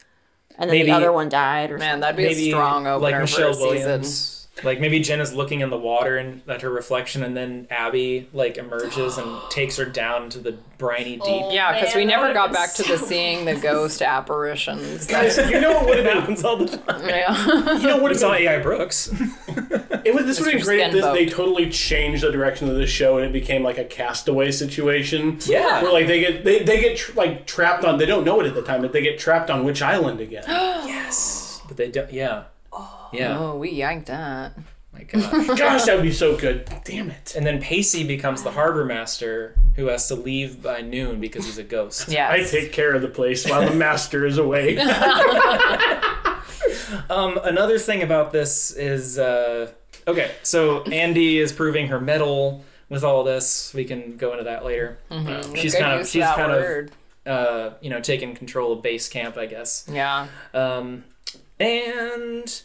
Speaker 6: and then
Speaker 5: Maybe-
Speaker 6: the other one died. Or
Speaker 4: man, that'd be
Speaker 5: Maybe
Speaker 4: a strong opener
Speaker 5: like Michelle
Speaker 4: for a season.
Speaker 5: Williams. Like maybe Jen is looking in the water and at her reflection, and then Abby like emerges
Speaker 4: (gasps)
Speaker 5: and takes her down to the briny deep.
Speaker 4: Yeah, because we
Speaker 7: Man, that
Speaker 4: never
Speaker 7: would've
Speaker 4: got
Speaker 7: been
Speaker 4: back to the
Speaker 7: so-
Speaker 4: seeing (laughs) the ghost apparitions. (laughs)
Speaker 5: (laughs)
Speaker 2: Guys, you know what would
Speaker 5: It
Speaker 2: have been
Speaker 5: happens all the time.
Speaker 4: yeah. (laughs)
Speaker 2: you know what
Speaker 5: What
Speaker 2: would
Speaker 5: is all
Speaker 2: have been,
Speaker 5: AI Brooks?
Speaker 2: it was this would have been
Speaker 4: Mr.
Speaker 2: great if this,
Speaker 4: Scanboat.
Speaker 2: they totally changed the direction of the show and it became like a castaway situation.
Speaker 5: Yeah.
Speaker 2: Where like they get they, they get tr- like trapped on they don't know it at the time, but they get trapped on which island again.
Speaker 5: But they don't. Yeah. Yeah.
Speaker 4: Oh, we yanked that. (laughs)
Speaker 5: My gosh.
Speaker 2: Gosh, that would be so good. Damn it.
Speaker 5: and then Pacey becomes the harbor master who has to leave by noon because he's a ghost.
Speaker 4: Yes.
Speaker 2: I take care of the place while the master is away.
Speaker 5: Um, another thing about this is uh, okay. So Andy is proving her metal with all this. We can go into that later. Um,
Speaker 4: Mhm.
Speaker 5: She's
Speaker 4: Good
Speaker 5: kind of
Speaker 4: use
Speaker 5: she's
Speaker 4: that
Speaker 5: kind
Speaker 4: word.
Speaker 5: of uh, you know taking control of base camp, I guess.
Speaker 4: yeah.
Speaker 5: Um, and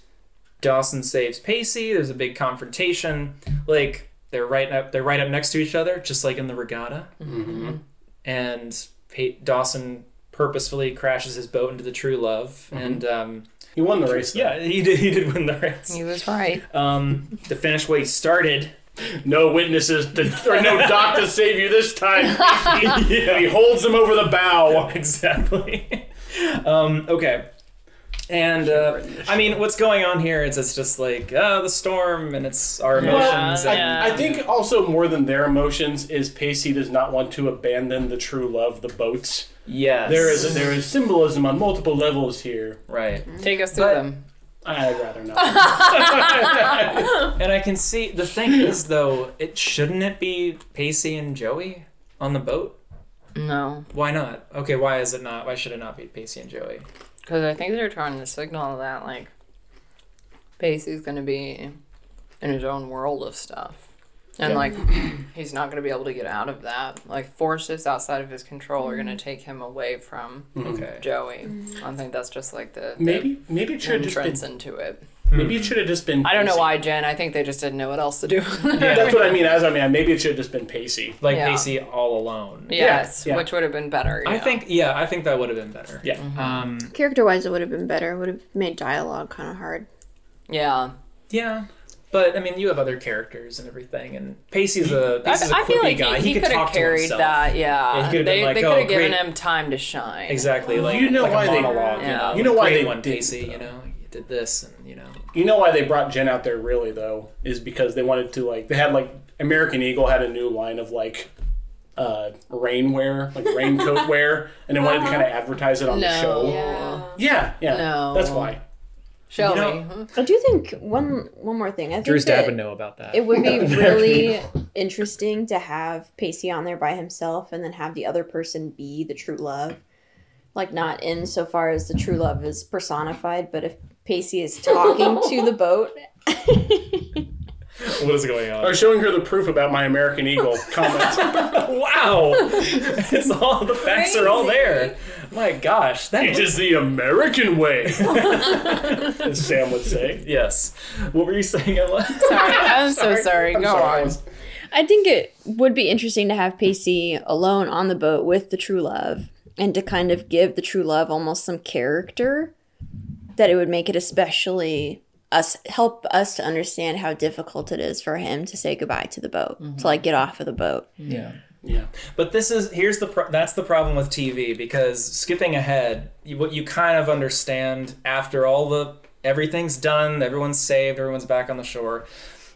Speaker 5: Dawson saves Pacey. There's a big confrontation. Like they're right up they're right up next to each other, just like in the regatta.
Speaker 4: Mm-hmm.
Speaker 5: And pa- Dawson purposefully crashes his boat into the True Love,
Speaker 4: Mm-hmm.
Speaker 5: and um,
Speaker 2: he won the race. though.
Speaker 5: yeah, he did he did win the (laughs) race
Speaker 4: He was right.
Speaker 5: um, to finish what he
Speaker 2: (laughs)
Speaker 5: started. (laughs)
Speaker 2: No witnesses to, or no doc to save you this time. He, he holds him over the bow.
Speaker 5: exactly. um, okay. And uh, I mean, what's going on here is it's just like uh, the storm, and it's our emotions.
Speaker 4: Well,
Speaker 5: and-
Speaker 4: Yeah.
Speaker 2: I, I think also more than their emotions is Pacey does not want to abandon the true love, the boats.
Speaker 5: yes,
Speaker 2: There is there is symbolism on multiple levels here.
Speaker 5: right.
Speaker 4: Take us through
Speaker 5: But-
Speaker 4: them.
Speaker 2: I'd rather
Speaker 5: (laughs)
Speaker 2: not.
Speaker 5: And I can see the thing is though, it shouldn't it be Pacey and Joey on the boat?
Speaker 4: No,
Speaker 5: Why not? Okay, why is it not? Why should it not be Pacey and Joey?
Speaker 4: because I think they're trying to signal that like Pacey's gonna be in his own world of stuff, and like he's not gonna be able to get out of that. Like forces outside of his control are gonna take him away from
Speaker 5: Okay.
Speaker 4: Joey. I think that's just like the the
Speaker 2: Maybe maybe it should have
Speaker 4: entrance
Speaker 2: just
Speaker 4: into it.
Speaker 2: been, maybe it should have just been.
Speaker 4: I don't know
Speaker 2: Pacey.
Speaker 4: why, Jen. I think they just didn't know what else to do. (laughs)
Speaker 2: That's what I mean. As I mean, maybe it should have just been Pacey.
Speaker 5: Like
Speaker 4: Yeah.
Speaker 5: Pacey all alone.
Speaker 4: yes,
Speaker 2: yeah.
Speaker 4: which would have been better.
Speaker 5: I
Speaker 4: yeah.
Speaker 5: think yeah, I think that would have been better.
Speaker 2: Yeah.
Speaker 5: Um
Speaker 6: Character wise, it would have been better. Would have made dialogue kind of hard.
Speaker 4: Yeah,
Speaker 5: yeah. But I mean you have other characters and everything and Pacey's a
Speaker 4: I,
Speaker 5: Pacey's a
Speaker 4: I feel
Speaker 5: quippy
Speaker 4: like
Speaker 5: guy.
Speaker 4: he,
Speaker 5: He,
Speaker 4: he
Speaker 5: could
Speaker 4: could
Speaker 5: talk
Speaker 4: have
Speaker 5: to
Speaker 4: carried
Speaker 5: himself.
Speaker 4: that. Yeah,
Speaker 5: Yeah, he could have
Speaker 4: they,
Speaker 5: been like,
Speaker 4: they
Speaker 5: "Oh,
Speaker 4: could have given
Speaker 5: great."
Speaker 4: him time to shine.
Speaker 5: Exactly. Like
Speaker 2: You know
Speaker 5: like
Speaker 2: why
Speaker 5: a
Speaker 2: they-
Speaker 5: monologue, you
Speaker 4: Yeah.
Speaker 5: know.
Speaker 2: You know why
Speaker 5: Great
Speaker 2: they
Speaker 5: one,
Speaker 2: did,
Speaker 5: Pacey,
Speaker 2: though.
Speaker 5: you know, you did this and you know.
Speaker 2: You know why they brought Jen out there really though is because they wanted to like they had like American Eagle had a new line of like uh rainwear, like
Speaker 4: (laughs)
Speaker 2: raincoat wear, and they wanted to kind of advertise it on the
Speaker 4: Uh-huh. No.
Speaker 2: show. Yeah, yeah.
Speaker 4: No.
Speaker 2: That's why.
Speaker 4: Show
Speaker 5: You
Speaker 4: me.
Speaker 6: I do think one one more thing. I think
Speaker 3: Drew's
Speaker 6: that
Speaker 3: dad would know about that.
Speaker 6: it would (laughs) be really interesting to have Pacey on there by himself, and then have the other person be the true love. Like not in so far as the true love is personified, but if Pacey is talking to (laughs) the boat,
Speaker 5: What is going on?
Speaker 2: I was showing her the proof about my American Eagle
Speaker 4: (laughs)
Speaker 2: (laughs) comment.
Speaker 5: wow. it's all the facts are all there. My gosh, that
Speaker 2: it is the American way, (laughs) as Sam would say.
Speaker 5: Yes. What were you saying, Ella? (laughs)
Speaker 4: Sorry, I'm so sorry. Go on.
Speaker 6: I think it would be interesting to have Pacey alone on the boat with the true love and to kind of give the true love almost some character that it would make it especially us help us to understand how difficult it is for him to say goodbye to the boat to like get off of the boat.
Speaker 5: yeah.
Speaker 2: Yeah.
Speaker 5: But this is here's the pro- that's the problem with TV because skipping ahead, you, what you kind of understand after all the everything's done, everyone's saved, everyone's back on the shore.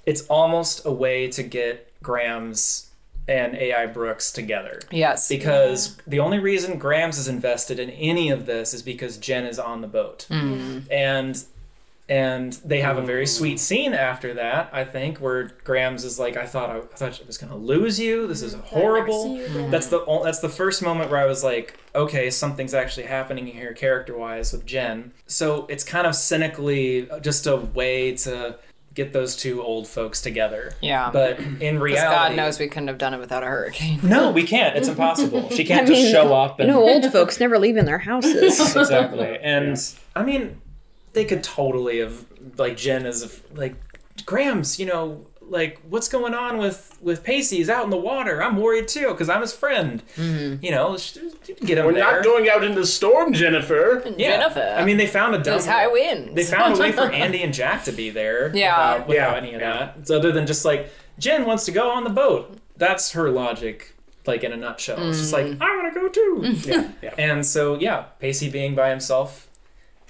Speaker 5: It's almost a way to get Graham's and AI Brooks together.
Speaker 4: Yes.
Speaker 5: Because the only reason Grams is invested in any of this is because Jen is on the boat.
Speaker 4: Hmm. Mm.
Speaker 5: And and they have a
Speaker 4: Hmm.
Speaker 5: very sweet scene after that, I think, where Grams is like, "I thought I, I thought I was gonna lose you. This
Speaker 6: Hmm.
Speaker 5: is horrible."
Speaker 4: Hmm.
Speaker 5: That's the o- that's the first moment where I was like, "Okay, something's actually happening here, character-wise, with Jen." So it's kind of cynically just a way to get those two old folks together.
Speaker 4: Yeah.
Speaker 5: But
Speaker 4: (clears throat) Because Um,
Speaker 5: in
Speaker 4: God
Speaker 5: reality,
Speaker 4: knows we couldn't have done it without a hurricane.
Speaker 5: no, we can't. It's impossible.
Speaker 6: (laughs)
Speaker 5: She can't
Speaker 6: I
Speaker 5: just
Speaker 6: mean,
Speaker 5: show up
Speaker 6: You
Speaker 5: and
Speaker 6: know,
Speaker 4: (laughs)
Speaker 6: old folks never leave in their houses.
Speaker 5: (laughs) exactly. And I mean, they could totally have like Jen is like Graham's. You know, like what's going on with with Pacey's out in the water? I'm worried too because I'm his friend. You know, sh- you can get him
Speaker 2: We're
Speaker 5: there.
Speaker 2: not going out in the storm, Jennifer.
Speaker 5: yeah.
Speaker 4: Jennifer.
Speaker 5: I mean, they found a dumb.
Speaker 4: Those high winds.
Speaker 5: They found a way (laughs) for Andy and Jack to be there.
Speaker 4: Yeah.
Speaker 5: Without, without
Speaker 2: Yeah,
Speaker 5: any of
Speaker 2: yeah.
Speaker 5: that. It's other than just like Jen wants to go on the boat. That's her logic, like in a nutshell. It's just like
Speaker 4: Mm.
Speaker 5: I want to go
Speaker 4: (laughs)
Speaker 5: too.
Speaker 2: Yeah. Yeah.
Speaker 5: And so, yeah, Pacey being by himself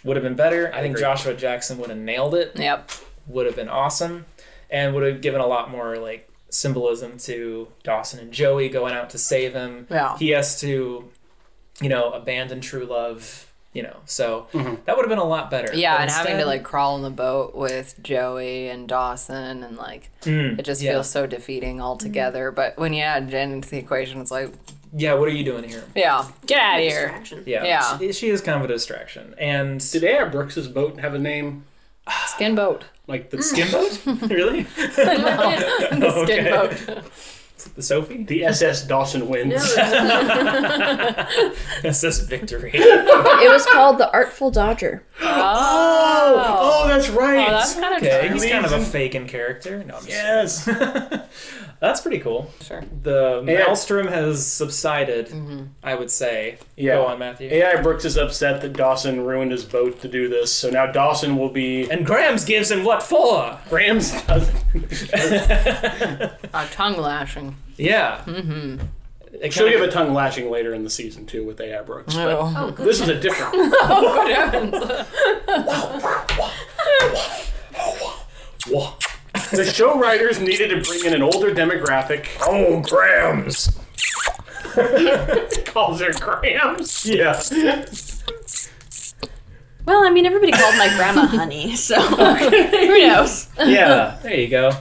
Speaker 5: would have been better. I, think
Speaker 2: agree.
Speaker 5: Joshua Jackson would have nailed it.
Speaker 4: Yep.
Speaker 5: Would have been awesome, and would have given a lot more like symbolism to Dawson and Joey going out to save him.
Speaker 4: Yeah.
Speaker 5: He has to, you know, abandon true love. You know, so
Speaker 2: Mm-hmm.
Speaker 5: that would have been a lot better.
Speaker 4: Yeah,
Speaker 5: But
Speaker 4: and having to
Speaker 5: instead-
Speaker 4: like crawl in the boat with Joey and Dawson and like
Speaker 5: Mm,
Speaker 4: it just
Speaker 5: yeah. Mm.
Speaker 4: feels so defeating altogether. But when you add Jen into the equation, it's like,
Speaker 5: yeah, what are you doing here?
Speaker 4: yeah, get out of here.
Speaker 5: Yeah,
Speaker 4: Yeah.
Speaker 5: She, she is kind of a distraction, (laughs) and
Speaker 2: Did A.R. Brooks's boat have a name?
Speaker 4: Skin
Speaker 5: (laughs)
Speaker 4: boat.
Speaker 2: Like the
Speaker 5: skin boat, (laughs) really?
Speaker 4: the skin
Speaker 5: Okay.
Speaker 4: boat.
Speaker 5: the Sophie.
Speaker 2: the SS Dawson wins.
Speaker 5: That's just (laughs) victory.
Speaker 6: it was called the Artful Dodger.
Speaker 4: Oh.
Speaker 2: (laughs) Oh, that's right.
Speaker 4: Oh, that's kind of
Speaker 5: Okay,
Speaker 4: true.
Speaker 5: he's kind of a fake in character. No, I'm
Speaker 2: yes.
Speaker 5: just- that's pretty cool.
Speaker 4: Sure.
Speaker 5: The
Speaker 2: Yeah.
Speaker 5: maelstrom has subsided, I would say.
Speaker 2: Yeah.
Speaker 5: Go on, Matthew.
Speaker 2: AI Brooks is upset that Dawson ruined his boat to do this, so now Dawson will be.
Speaker 5: And Grams gives him what for?
Speaker 2: Rams does.
Speaker 4: A Uh, tongue lashing.
Speaker 5: Yeah. Mm-hmm.
Speaker 2: She'll give a tongue lashing later in the season too with AI Brooks. but
Speaker 4: Oh,
Speaker 2: This is a different.
Speaker 4: good heavens.
Speaker 2: the show writers needed to bring in an older demographic. (laughs)
Speaker 3: oh, Grams.
Speaker 2: Calls her Grams.
Speaker 3: Yeah.
Speaker 6: Well, I
Speaker 5: (laughs)
Speaker 6: mean, everybody called my grandma honey, so who knows?
Speaker 5: yeah. There you go.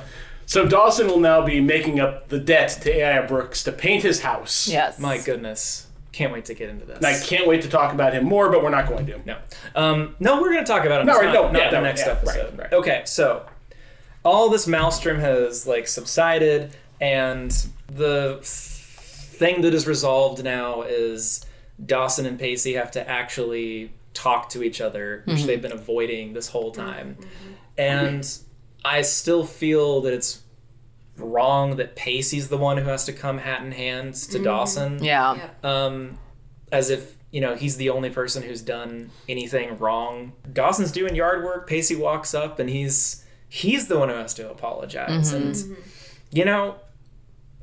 Speaker 2: So Dawson will now be making up the debt to AI Brooks to paint his house.
Speaker 4: Yes.
Speaker 5: My goodness. Can't wait to get into this.
Speaker 2: And I can't wait to talk about him more, but we're not going to.
Speaker 5: No. Um, no, we're going to talk about it.
Speaker 2: No,
Speaker 5: It's
Speaker 2: right, no,
Speaker 5: not, not
Speaker 2: yeah,
Speaker 5: the
Speaker 2: no,
Speaker 5: next
Speaker 2: yeah,
Speaker 5: episode.
Speaker 2: right, right.
Speaker 5: Okay, so all this maelstrom has like subsided, and the thing that is resolved now is Dawson and Pacey have to actually talk to each other, which they've been avoiding this whole time.
Speaker 2: Mm-hmm.
Speaker 5: And I still feel that it's wrong that Pacey's the one who has to come hat in hand to Dawson
Speaker 4: yeah.
Speaker 7: Yeah.
Speaker 5: um, as if you know he's the only person who's done anything wrong. Dawson's doing yard work. Pacey walks up, and he's he's the one who has to apologize.
Speaker 4: Mm-hmm.
Speaker 5: And you know,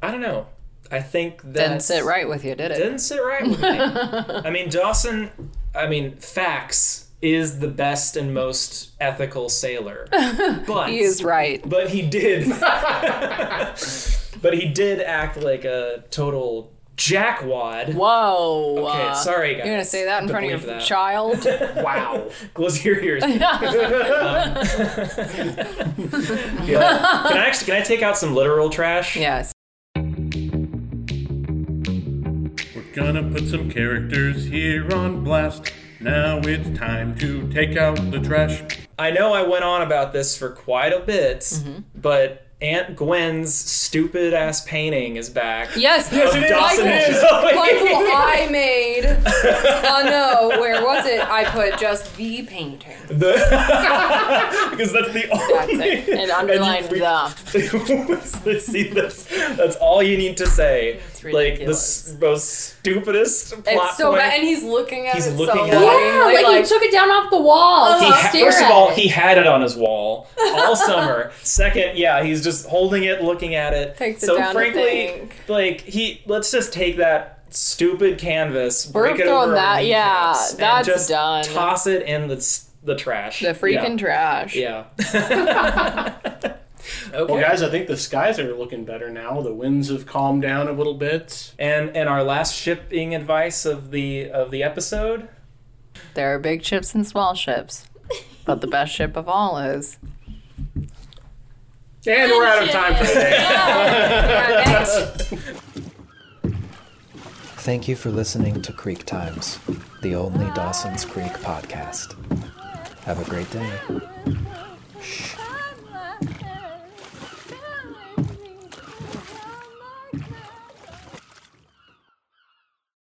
Speaker 5: I don't know. I think that
Speaker 4: Didn't sit right with you, did it?
Speaker 5: Didn't sit right with me.
Speaker 4: (laughs)
Speaker 5: I mean, Dawson. I mean, facts is the best and most
Speaker 4: (laughs)
Speaker 5: ethical sailor, but
Speaker 4: He is right.
Speaker 5: but he
Speaker 4: (laughs)
Speaker 5: did. but he did act like a total jackwad.
Speaker 4: Whoa.
Speaker 5: Okay,
Speaker 4: uh,
Speaker 5: sorry guys.
Speaker 4: You're gonna say that in
Speaker 5: Don't
Speaker 4: front of your
Speaker 5: believe
Speaker 4: (laughs)
Speaker 5: that.
Speaker 4: child?
Speaker 2: Wow.
Speaker 5: Close
Speaker 4: (laughs)
Speaker 5: your ears. Um, yeah. Can I actually can I take out some literal trash?
Speaker 4: yes.
Speaker 8: We're gonna put some characters here on blast. Now it's time to take out the trash.
Speaker 5: I know I went on about this for quite a bit,
Speaker 4: Mm-hmm.
Speaker 5: but Aunt Gwen's stupid ass painting is back.
Speaker 4: Yes. Oh,
Speaker 5: Of Dawson
Speaker 4: Michael, (laughs)
Speaker 5: and
Speaker 4: Michael,
Speaker 5: Joey.
Speaker 4: I made. (laughs) Oh no, where was it? I put just the painting. (laughs)
Speaker 5: The- because that's the
Speaker 4: That's
Speaker 5: only
Speaker 4: it. And
Speaker 5: underline
Speaker 4: underlined the.
Speaker 5: (laughs) See, that's, that's all you need to say. like the s- most stupidest plot
Speaker 4: It's so
Speaker 5: point.
Speaker 4: bad, and he's looking at
Speaker 5: He's
Speaker 4: it so
Speaker 5: looking at it.
Speaker 6: Yeah,
Speaker 4: longingly,
Speaker 6: Oh, like,
Speaker 4: like, Oh,
Speaker 6: he took it down off the wall.
Speaker 4: He
Speaker 5: He
Speaker 6: to
Speaker 5: ha-
Speaker 6: stare
Speaker 5: first of
Speaker 6: at
Speaker 5: all,
Speaker 6: it.
Speaker 5: he had it on his wall all summer. Second, yeah, he's just holding it, looking at it.
Speaker 4: Takes it
Speaker 5: so
Speaker 4: down to
Speaker 5: frankly,
Speaker 4: think.
Speaker 5: like he, let's just take that stupid canvas,
Speaker 4: We're
Speaker 5: break it
Speaker 4: throwing
Speaker 5: over
Speaker 4: that-
Speaker 5: our
Speaker 4: yeah,
Speaker 5: kneecaps, and
Speaker 4: that's
Speaker 5: just
Speaker 4: done.
Speaker 5: Toss it in the s- the trash.
Speaker 4: the freaking trash.
Speaker 5: yeah.
Speaker 4: (laughs)
Speaker 5: yeah. (laughs) okay.
Speaker 2: Well, guys, I think the skies are looking better now. The winds have calmed down a little bit.
Speaker 5: And and our last shipping advice of the of the episode.
Speaker 4: There are big ships and small ships, but the best ship of all is.
Speaker 2: And we're out of time for today.
Speaker 1: Thank you for listening to Creek Times, the only Dawson's Creek podcast. Have a great day. Shh.